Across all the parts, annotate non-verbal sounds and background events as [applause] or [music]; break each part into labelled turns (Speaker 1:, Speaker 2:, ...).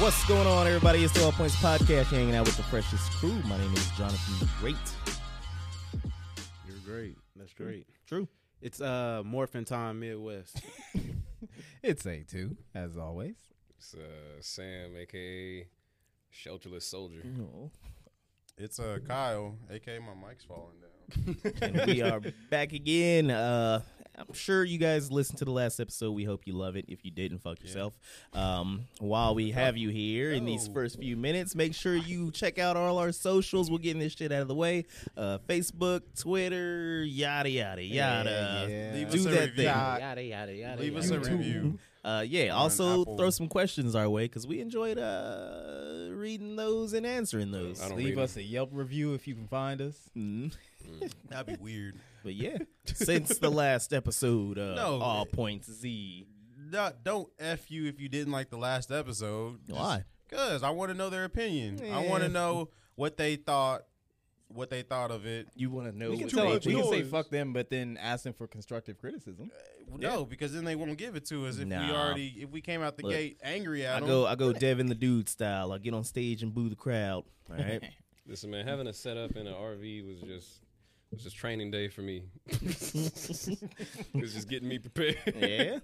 Speaker 1: What's going on, everybody? It's the All Points Podcast. You're hanging out with the freshest crew. My name is Jonathan Great.
Speaker 2: You're great. That's great.
Speaker 1: True.
Speaker 2: It's uh morphin time Midwest.
Speaker 1: It's A2, as always.
Speaker 3: It's uh, Sam, aka Shelterless Soldier.
Speaker 1: No.
Speaker 4: It's uh Kyle, aka my mic's falling down.
Speaker 1: And we are [laughs] back again. Uh, I'm sure you guys listened to the last episode. We hope you love it. If you didn't, fuck yourself. Um, while [laughs] we have you here in these
Speaker 4: No.
Speaker 1: first few minutes, make sure you check out all our socials. We're getting this shit out of the way. Uh, Facebook, Twitter, yada yada yada.
Speaker 4: yeah. Leave
Speaker 1: Do
Speaker 4: us a
Speaker 1: that
Speaker 4: review.
Speaker 1: thing.
Speaker 2: yada yada yada.
Speaker 4: Leave us
Speaker 1: [laughs]
Speaker 4: a review.
Speaker 1: Uh, yeah.
Speaker 4: on
Speaker 1: Also,
Speaker 4: Apple.
Speaker 1: throw some questions our way because we enjoyed uh, reading those and answering those.
Speaker 3: I don't
Speaker 5: Leave
Speaker 3: read
Speaker 5: us [laughs] a Yelp review if you can find us.
Speaker 1: Mm.
Speaker 4: That'd be weird.
Speaker 1: But
Speaker 5: [laughs]
Speaker 1: yeah, since the last episode of
Speaker 4: No.
Speaker 1: All Points Z,
Speaker 4: No, don't f you if you didn't like the last episode.
Speaker 1: Why?
Speaker 4: Because I want to know their opinion. I want
Speaker 1: Yeah.
Speaker 4: to know what they thought, what they thought of it.
Speaker 1: you want to know
Speaker 5: We can,
Speaker 1: what
Speaker 5: tell,
Speaker 1: they
Speaker 5: we can say
Speaker 1: think?
Speaker 5: fuck them, but then ask them for constructive criticism.
Speaker 4: No, because then they won't give it to us if we
Speaker 1: Nah.
Speaker 4: already if we came out the
Speaker 1: Look,
Speaker 4: gate angry at
Speaker 1: I
Speaker 4: them.
Speaker 1: go, I go, Devin the Dude style. I get on stage and boo the crowd. All
Speaker 5: [laughs]
Speaker 1: right,
Speaker 3: Listen, man, having a setup in an RV was just was just training day for me. it was just getting me prepared.
Speaker 1: yeah.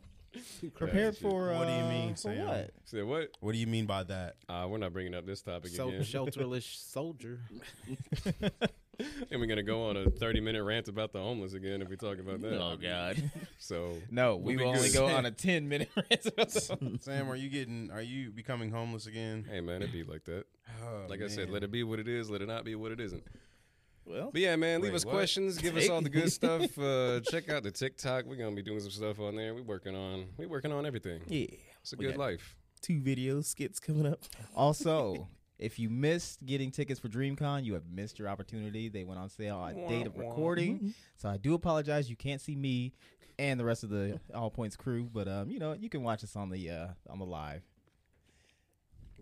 Speaker 5: Prepared for
Speaker 4: What do you
Speaker 5: uh,
Speaker 4: mean,
Speaker 5: for
Speaker 4: Sam?
Speaker 5: what?
Speaker 3: Said what?
Speaker 4: What do you mean
Speaker 1: [laughs]
Speaker 4: by that?
Speaker 3: Uh, we're not bringing up this topic
Speaker 2: So
Speaker 3: again.
Speaker 2: shelterless soldier.
Speaker 3: and we're gonna go on a thirty minute rant about the homeless again if we talk about that.
Speaker 1: Oh God.
Speaker 3: So
Speaker 5: No, we
Speaker 3: We'll
Speaker 5: will
Speaker 3: be
Speaker 5: only
Speaker 1: [laughs]
Speaker 3: good.
Speaker 5: go on a ten minute rant.
Speaker 4: Sam, are you getting are you becoming homeless again?
Speaker 3: hey man, it'd be like that.
Speaker 4: Oh,
Speaker 3: Like I said,
Speaker 4: man.
Speaker 3: let it be what it is, let it not be what it isn't.
Speaker 5: well,
Speaker 3: But yeah, man, leave
Speaker 4: Wait,
Speaker 3: us
Speaker 4: what?
Speaker 3: questions, give us
Speaker 5: Take-
Speaker 3: all the good stuff. Uh, check out the TikTok. We're gonna be doing some stuff on there. We're working on we working on everything.
Speaker 1: Yeah.
Speaker 3: It's a
Speaker 1: We
Speaker 3: good
Speaker 1: got
Speaker 3: life.
Speaker 1: Two video skits coming up.
Speaker 5: [laughs] also, if you missed getting tickets for DreamCon, you have missed your opportunity. They went on sale on date of
Speaker 1: Mm-hmm.
Speaker 5: recording, so I do apologize. You can't see me and the rest of the All Points crew, but um, you know you can watch us on the uh, on the live.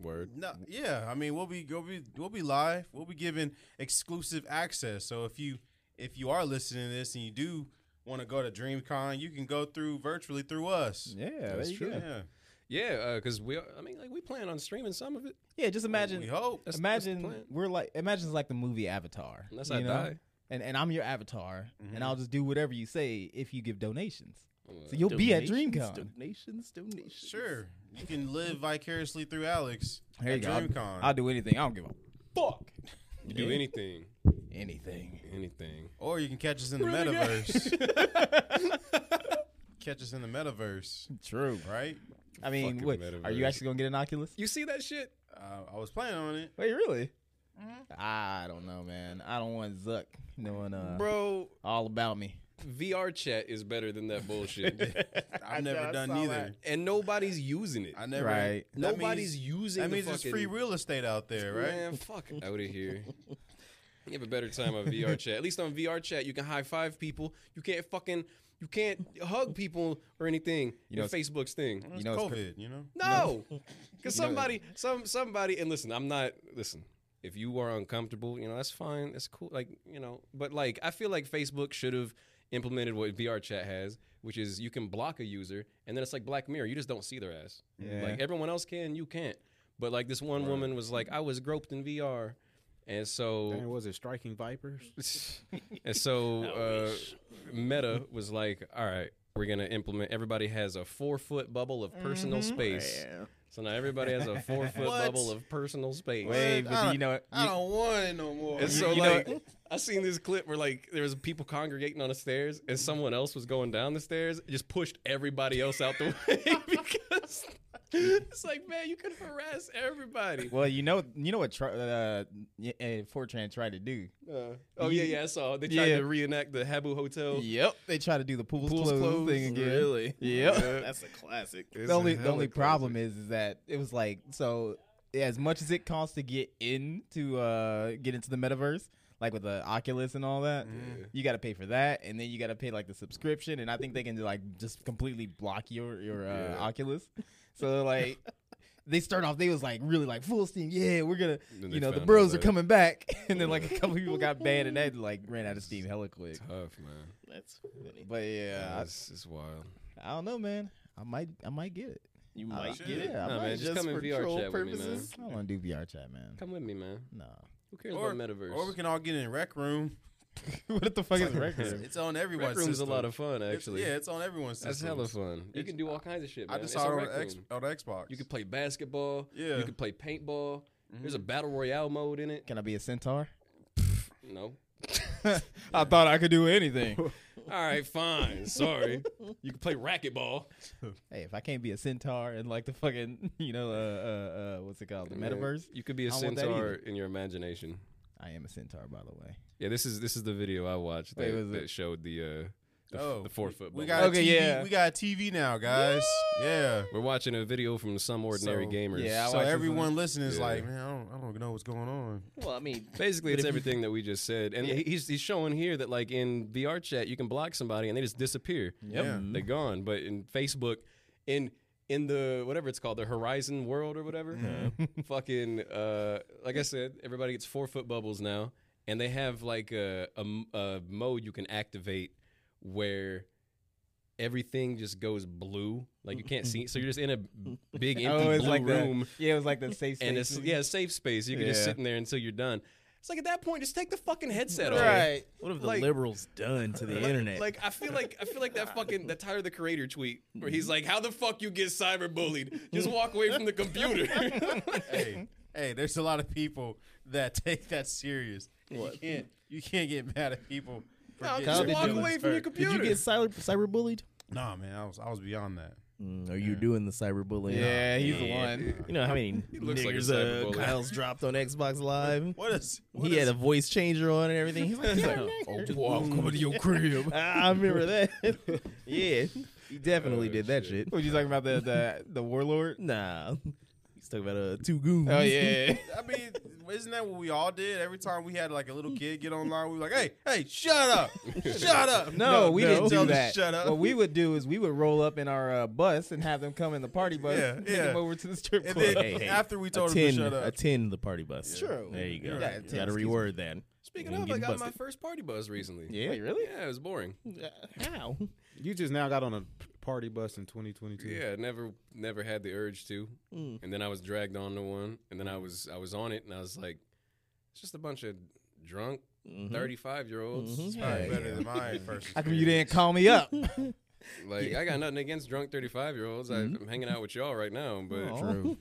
Speaker 3: Word.
Speaker 4: No, yeah. I mean, we'll be we'll be we'll be live. We'll be giving exclusive access. So if you if you are listening to this and you do want to go to DreamCon, you can go through virtually through us.
Speaker 5: Yeah, there
Speaker 3: That's
Speaker 5: you
Speaker 3: true.
Speaker 5: go.
Speaker 4: Yeah.
Speaker 3: Yeah, because we are, I mean, like, we plan on streaming some of it.
Speaker 5: Yeah, just imagine
Speaker 4: we hope.
Speaker 3: That's- that's the
Speaker 5: imagine
Speaker 3: plan.
Speaker 5: we're like imagine it's like the movie Avatar.
Speaker 3: Unless
Speaker 5: you
Speaker 3: I
Speaker 5: know?
Speaker 3: die. Mm-hmm.
Speaker 5: And and I'm your avatar
Speaker 4: Mhm.
Speaker 5: and I'll just do whatever you say if you give donations. So
Speaker 3: Uh,
Speaker 5: you'll be at
Speaker 1: Donations,
Speaker 5: DreamCon.
Speaker 1: Donations, donations.
Speaker 4: Sure. You can live vicariously through Alex
Speaker 5: There
Speaker 4: at
Speaker 5: you go. I'll-
Speaker 4: DreamCon.
Speaker 5: I'll do anything. I don't give a fuck
Speaker 3: you do
Speaker 5: Yeah.
Speaker 3: anything,
Speaker 5: anything.
Speaker 3: anything.
Speaker 4: or you can catch us in the metaverse.
Speaker 5: [laughs]
Speaker 4: catch us in the metaverse,
Speaker 5: True.
Speaker 4: right?
Speaker 5: I mean,
Speaker 3: Fucking
Speaker 5: what, are you
Speaker 3: metaverse.
Speaker 5: actually gonna get an Oculus?
Speaker 3: You see that shit?
Speaker 4: Uh, I was planning on it.
Speaker 5: Wait, really? I don't know, man. I don't want Zuck knowing uh,
Speaker 3: Bro,
Speaker 5: all about me.
Speaker 3: VR chat is better than that
Speaker 4: [laughs]
Speaker 3: bullshit.
Speaker 4: I've never
Speaker 5: [laughs] I
Speaker 4: done
Speaker 5: saw
Speaker 4: either.
Speaker 5: that.
Speaker 3: and nobody's using it.
Speaker 4: I never.
Speaker 5: Right.
Speaker 4: that means-
Speaker 3: Nobody's using
Speaker 4: That
Speaker 3: the
Speaker 4: means it's
Speaker 3: fucking-
Speaker 4: free real estate out there, right?
Speaker 3: Man, fuck out of here. You have a better time on VR chat. At least on VR chat, you can high five people. You can't fucking, you can't hug people or anything. You
Speaker 5: know,
Speaker 3: know, Facebook's thing.
Speaker 4: It's
Speaker 5: You know, it's cr-
Speaker 4: COVID, you know?
Speaker 3: No, [laughs] because somebody, some somebody, and listen, I'm not listen. If you are uncomfortable, you know that's fine. That's cool. Like you know, but like I feel like Facebook should have implemented what VR chat has, which is you can block a user, and then it's like Black Mirror. You just don't see their ass.
Speaker 5: Yeah.
Speaker 3: Like everyone else can, you can't. But like this one woman was like, I was groped in VR, and so
Speaker 2: And was it striking vipers?
Speaker 3: [laughs] and [laughs] so uh, Meta was like, all right, we're going to implement, everybody has a four foot bubble of personal space. So now everybody has a four foot
Speaker 4: What?
Speaker 3: bubble of personal space.
Speaker 5: Wait,
Speaker 4: I
Speaker 5: but do
Speaker 4: don't-
Speaker 5: you know
Speaker 4: I
Speaker 5: you,
Speaker 4: don't want it no more.
Speaker 3: And so,
Speaker 5: you know-
Speaker 3: like, I seen this clip where, like, there was people congregating on the stairs, and someone else was going down the stairs, just pushed everybody else out the [laughs] way because it's like, man, you could harass everybody.
Speaker 5: well, you know, you know what tri- uh, y- uh, Fortran tried to do.
Speaker 3: [laughs] Uh, oh yeah, yeah, I saw. They tried
Speaker 5: Yeah.
Speaker 3: to reenact the Habu Hotel. [laughs]
Speaker 5: Yep, they try to do the pools,
Speaker 3: Pool's
Speaker 5: closed,
Speaker 3: closed,
Speaker 5: thing again.
Speaker 1: really?
Speaker 5: Yep.
Speaker 1: That's a classic.
Speaker 5: the only the only problem is is that it was like so as much as it costs to get in to uh get into the metaverse like with the oculus and all that you got to pay for that and then you got to pay like the subscription and i think they can like just completely block your your uh,
Speaker 3: Yeah.
Speaker 5: oculus so like they start off they was like really like full steam yeah we're gonna
Speaker 3: Then
Speaker 5: you
Speaker 3: they
Speaker 5: know the
Speaker 3: found out
Speaker 5: bros are
Speaker 3: that-
Speaker 5: coming back [laughs] and then like a couple people got banned and [laughs] that like ran out of steam hella quick
Speaker 3: Tough man.
Speaker 1: That's funny.
Speaker 5: but yeah
Speaker 3: It's, it's wild.
Speaker 5: I, I don't know man i might i might get it
Speaker 1: You
Speaker 5: I
Speaker 1: might
Speaker 5: like
Speaker 1: get it.
Speaker 5: Yeah, I
Speaker 3: Nah,
Speaker 5: might
Speaker 3: man, just come in
Speaker 1: for
Speaker 3: VR
Speaker 1: troll
Speaker 3: chat with me, man.
Speaker 5: I don't want to do VR chat, man.
Speaker 3: Come with me, man.
Speaker 5: No.
Speaker 3: Who cares
Speaker 4: Or-
Speaker 3: about metaverse?
Speaker 4: Or we can all get in rec room.
Speaker 5: [laughs] what the fuck is
Speaker 4: It's,
Speaker 5: record?
Speaker 4: it's on everyone's
Speaker 3: Rec room's
Speaker 4: system.
Speaker 3: a lot of fun, actually.
Speaker 4: It's, yeah, it's on everyone's
Speaker 3: that's
Speaker 4: system.
Speaker 3: hella fun. You
Speaker 4: It's-
Speaker 3: can do all kinds of shit.
Speaker 4: I
Speaker 3: Man.
Speaker 4: just
Speaker 3: It's
Speaker 4: saw it
Speaker 3: a
Speaker 4: on,
Speaker 3: rec
Speaker 4: the X,
Speaker 3: room.
Speaker 4: on the Xbox.
Speaker 3: You can play basketball.
Speaker 4: Yeah. Mm-hmm.
Speaker 3: You can play paintball. There's a battle royale mode in it.
Speaker 5: Can I be a centaur?
Speaker 3: No.
Speaker 5: [laughs] I thought I could do anything.
Speaker 3: All
Speaker 4: [laughs]
Speaker 3: right, fine. Sorry. You can play racquetball.
Speaker 5: [laughs] hey, if I can't be a centaur and like the fucking, [laughs] you know, uh, uh, uh what's it called, the
Speaker 3: Man,
Speaker 5: metaverse,
Speaker 3: You could be
Speaker 5: I
Speaker 3: a
Speaker 5: don't want that
Speaker 3: centaur
Speaker 5: either.
Speaker 3: in your imagination.
Speaker 5: I am a centaur, by the way.
Speaker 3: Yeah, this is this is the video I watched
Speaker 5: Wait,
Speaker 3: that,
Speaker 5: was
Speaker 3: that
Speaker 5: it-
Speaker 3: showed the uh the, f-
Speaker 4: Oh,
Speaker 3: the four
Speaker 4: we-
Speaker 3: foot.
Speaker 4: We got
Speaker 3: bubble.
Speaker 5: Okay,
Speaker 4: a TV,
Speaker 5: yeah.
Speaker 4: We got a TV now, guys. Yeah.
Speaker 3: We're watching a video from some ordinary
Speaker 4: So-
Speaker 3: gamers.
Speaker 5: yeah, I
Speaker 4: So
Speaker 5: watched this
Speaker 4: everyone listening is
Speaker 3: Yeah.
Speaker 4: like, man, I don't, I don't know what's going on.
Speaker 1: Well, I mean,
Speaker 3: Basically,
Speaker 1: But if
Speaker 3: it's
Speaker 1: you-
Speaker 3: everything that we just said, and he he's he's showing here that like in VR chat, you can block somebody and they just disappear.
Speaker 4: Yep. Yeah.
Speaker 3: they're gone. But in Facebook, in in the whatever it's called, the Horizon world or whatever, fucking uh, like I said, everybody gets four foot bubbles now, and they have like a, a m- a mode you can activate where everything just goes blue, like you can't see. So you're just in a big
Speaker 5: [laughs]
Speaker 3: empty
Speaker 5: oh, it's
Speaker 3: blue
Speaker 5: like
Speaker 3: room
Speaker 5: The, yeah, it was like the safe
Speaker 3: and it's
Speaker 5: space.
Speaker 3: yeah, a safe space. You can just
Speaker 5: Yeah.
Speaker 3: sit in there until you're done. It's like at that point, just take the fucking headset off.
Speaker 5: right.
Speaker 1: what have the
Speaker 3: Like-
Speaker 1: liberals done to the
Speaker 3: Like,
Speaker 1: internet?
Speaker 3: like I feel like I feel like that fucking that Tyler the Creator tweet where he's like, "How the fuck you get cyberbullied? Just walk away from
Speaker 1: [laughs]
Speaker 3: the computer." [laughs]
Speaker 4: hey, hey, there's a lot of people that [laughs] take that serious. You can't, you can't get mad at people. for
Speaker 3: No,
Speaker 4: getting
Speaker 3: just
Speaker 4: their
Speaker 3: walk
Speaker 4: feelings
Speaker 3: away from your
Speaker 4: hurt.
Speaker 1: Did
Speaker 3: computer.
Speaker 1: you get cyber cyberbullied?
Speaker 4: Nah, man, I was, I was beyond that.
Speaker 1: Mm, are you doing the cyberbullying?
Speaker 5: Yeah, he's the one.
Speaker 1: You know how
Speaker 5: [laughs]
Speaker 1: many
Speaker 3: looks like a
Speaker 1: niggers uh,
Speaker 3: cyberbully.
Speaker 1: Kyle's dropped on Xbox Live?
Speaker 4: What is? What
Speaker 1: he had
Speaker 4: is-
Speaker 1: a voice changer on and everything. He's like,
Speaker 5: [laughs]
Speaker 1: "Yeah,
Speaker 3: over to your
Speaker 4: [laughs]
Speaker 3: crib.
Speaker 1: I I remember that.
Speaker 5: Oh,
Speaker 1: yeah, he definitely
Speaker 3: Oh,
Speaker 1: did that
Speaker 3: shit.
Speaker 1: shit.
Speaker 5: What you talking about the the, the warlord?
Speaker 1: Nah, he's talking about uh, two goons. [laughs]
Speaker 5: Oh yeah.
Speaker 4: I mean, isn't that what we all did? Every time we had like a little kid get online, we were like, "Hey, hey, shut up, shut up."
Speaker 5: No, we
Speaker 4: tell
Speaker 5: didn't do
Speaker 4: them to
Speaker 5: that.
Speaker 4: Shut up.
Speaker 5: What we would do is we would roll up in our uh, bus and have them come in the party bus,
Speaker 4: Yeah,
Speaker 5: and
Speaker 4: yeah.
Speaker 5: take them over to the strip
Speaker 4: and [laughs]
Speaker 5: club.
Speaker 4: then
Speaker 1: Hey, hey,
Speaker 4: after we told him to
Speaker 1: [laughs] attend,
Speaker 4: shut up,
Speaker 1: attend the party bus.
Speaker 5: True.
Speaker 1: There you go.
Speaker 4: You're right.
Speaker 1: Got to
Speaker 5: Excuse me.
Speaker 1: reword that.
Speaker 3: Speaking
Speaker 1: I'm
Speaker 3: of, I
Speaker 1: getting
Speaker 3: got my
Speaker 1: busted. Hmm.
Speaker 3: first party buzz recently.
Speaker 5: yeah, really?
Speaker 3: Yeah, it was boring.
Speaker 1: How?
Speaker 2: You just now got on a p- party bus in 2022.
Speaker 3: Yeah, I never never had the urge to.
Speaker 1: Hmm.
Speaker 3: And then I was dragged on to one, and then I was I was on it, and I was like, it's just a bunch of drunk
Speaker 1: Mm-hmm.
Speaker 3: 35 year olds.
Speaker 1: Mhm.
Speaker 3: It's
Speaker 4: All right,
Speaker 1: Yeah,
Speaker 4: better than [laughs] my first.
Speaker 5: How come you didn't
Speaker 4: experience.
Speaker 5: call me
Speaker 1: [laughs]
Speaker 5: up?
Speaker 3: [laughs] Like I got nothing against drunk thirty five year olds.
Speaker 1: Mm-hmm.
Speaker 3: I'm hanging out with y'all right now, but
Speaker 5: True.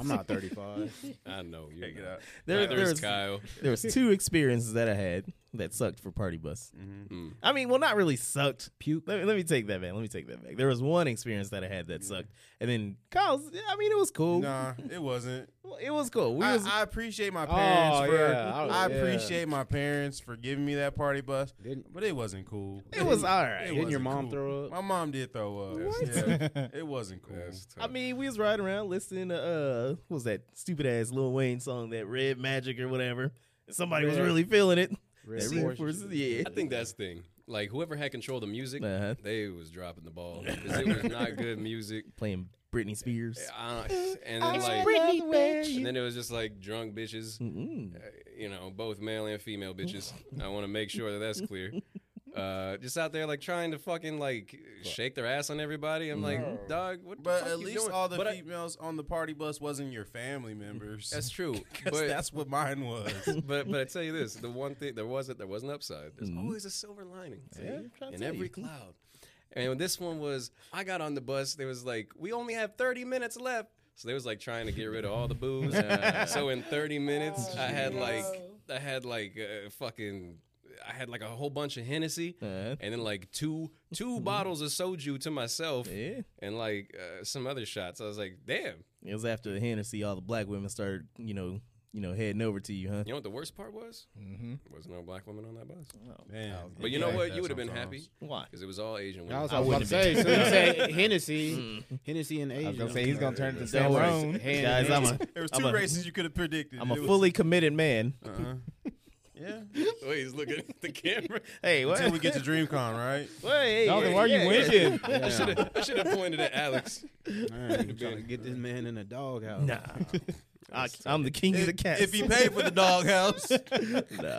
Speaker 2: I'm not 35.
Speaker 3: I know you.
Speaker 4: Check it out.
Speaker 1: There, there,
Speaker 3: there's
Speaker 1: was,
Speaker 4: [laughs]
Speaker 3: Kyle.
Speaker 1: there was two experiences that I had that sucked for party bus.
Speaker 3: Mm.
Speaker 1: I mean, well, not really sucked. Puke. Let me, let me take that back. Let me take that back. There was one experience that I had that sucked, and then Kyle's. I mean, it was cool.
Speaker 4: Nah, it wasn't.
Speaker 1: It was cool. We
Speaker 4: I,
Speaker 1: was
Speaker 4: I appreciate my parents
Speaker 5: Oh,
Speaker 4: for.
Speaker 5: yeah, I was-
Speaker 4: I
Speaker 5: yeah.
Speaker 4: appreciate my parents for giving me that party bus,
Speaker 2: Didn't-
Speaker 4: but it wasn't cool.
Speaker 1: It was all right.
Speaker 4: It
Speaker 2: Didn't your
Speaker 4: wasn't
Speaker 2: mom
Speaker 4: cool.
Speaker 2: throw up?
Speaker 4: My mom did throw up.
Speaker 3: What?
Speaker 4: [laughs] Yeah, it wasn't cool.
Speaker 3: That's tough.
Speaker 1: I mean, we was riding around listening to uh, what was that stupid ass Lil Wayne song, that Red Magic or whatever. And somebody was
Speaker 2: Red-
Speaker 1: really feeling it. See,
Speaker 2: Force.
Speaker 1: for- yeah.
Speaker 3: I think that's the thing. Like whoever had control of the music,
Speaker 1: Uh-huh.
Speaker 3: they was dropping the ball. 'Cause it was not good music.
Speaker 1: Playing Britney Spears.
Speaker 3: I don't- and then like, and then it was just like drunk bitches.
Speaker 1: Mm.
Speaker 3: uh, you know, both male and female bitches. I want to make sure that that's clear. Uh, just out there like trying to fucking like shake their ass on everybody. I'm like, dog, what? The
Speaker 4: But
Speaker 3: fuck
Speaker 4: at
Speaker 3: you
Speaker 4: least
Speaker 3: doing?"
Speaker 4: all the
Speaker 3: But I-
Speaker 4: females on the party bus wasn't your family
Speaker 3: [laughs]
Speaker 4: members.
Speaker 3: that's true.
Speaker 4: [laughs] 'Cause
Speaker 3: But
Speaker 4: that's what mine
Speaker 3: [laughs]
Speaker 4: was.
Speaker 3: but but I tell you this, the one thing there wasn't there was an upside. There's always a silver lining in every cloud. And this one was I got on the bus. There was like we only have 30 minutes left, so they was like trying to get rid of all the [laughs] booze. Uh, so in 30 minutes, I had like I had like uh, fucking. I had like a whole bunch of Hennessy,
Speaker 1: Uh-huh.
Speaker 3: and then like two two bottles of soju to myself,
Speaker 1: Yeah.
Speaker 3: and like uh, some other shots. I was like, "Damn,
Speaker 1: It was after the Hennessy, all the black women started, you know, you know, heading over to you, huh?
Speaker 3: you know what the worst part was? Mm-hmm. Was no black woman on that bus.
Speaker 4: Damn.
Speaker 3: But you know what? You would have been happy
Speaker 1: Why?
Speaker 3: because it was all Asian women.
Speaker 2: I was
Speaker 1: I
Speaker 2: about to
Speaker 1: wouldn't have
Speaker 2: say,
Speaker 1: been.
Speaker 2: so you said Hennessy,
Speaker 3: Mm.
Speaker 2: Hennessy and Asia.
Speaker 5: I was gonna say he's gonna turn into
Speaker 1: Don't
Speaker 5: Sam
Speaker 1: worry.
Speaker 5: Rome.
Speaker 2: Hand
Speaker 1: Guys,
Speaker 2: in
Speaker 1: I'm a,
Speaker 2: hand.
Speaker 4: There was
Speaker 1: I'm
Speaker 4: two
Speaker 1: a-
Speaker 4: races you could have predicted.
Speaker 1: I'm a
Speaker 4: It was-
Speaker 1: fully committed man.
Speaker 4: Uh-huh. Yeah.
Speaker 3: The way he's looking at the camera.
Speaker 1: Hey, what?
Speaker 4: [laughs] Until we
Speaker 3: [laughs]
Speaker 1: [laughs]
Speaker 4: get to DreamCon, right?
Speaker 1: Hey,
Speaker 5: Dalton, why are you
Speaker 1: yeah, yeah.
Speaker 5: winking?
Speaker 3: I should have I should have pointed at Alex.
Speaker 2: Man, you trying to get this man in a doghouse.
Speaker 1: Nah. I, I'm the king of the
Speaker 4: If,
Speaker 1: cats.
Speaker 4: if he paid for the
Speaker 3: [laughs]
Speaker 4: doghouse,
Speaker 1: [laughs]
Speaker 4: [laughs]
Speaker 1: Nah. [laughs]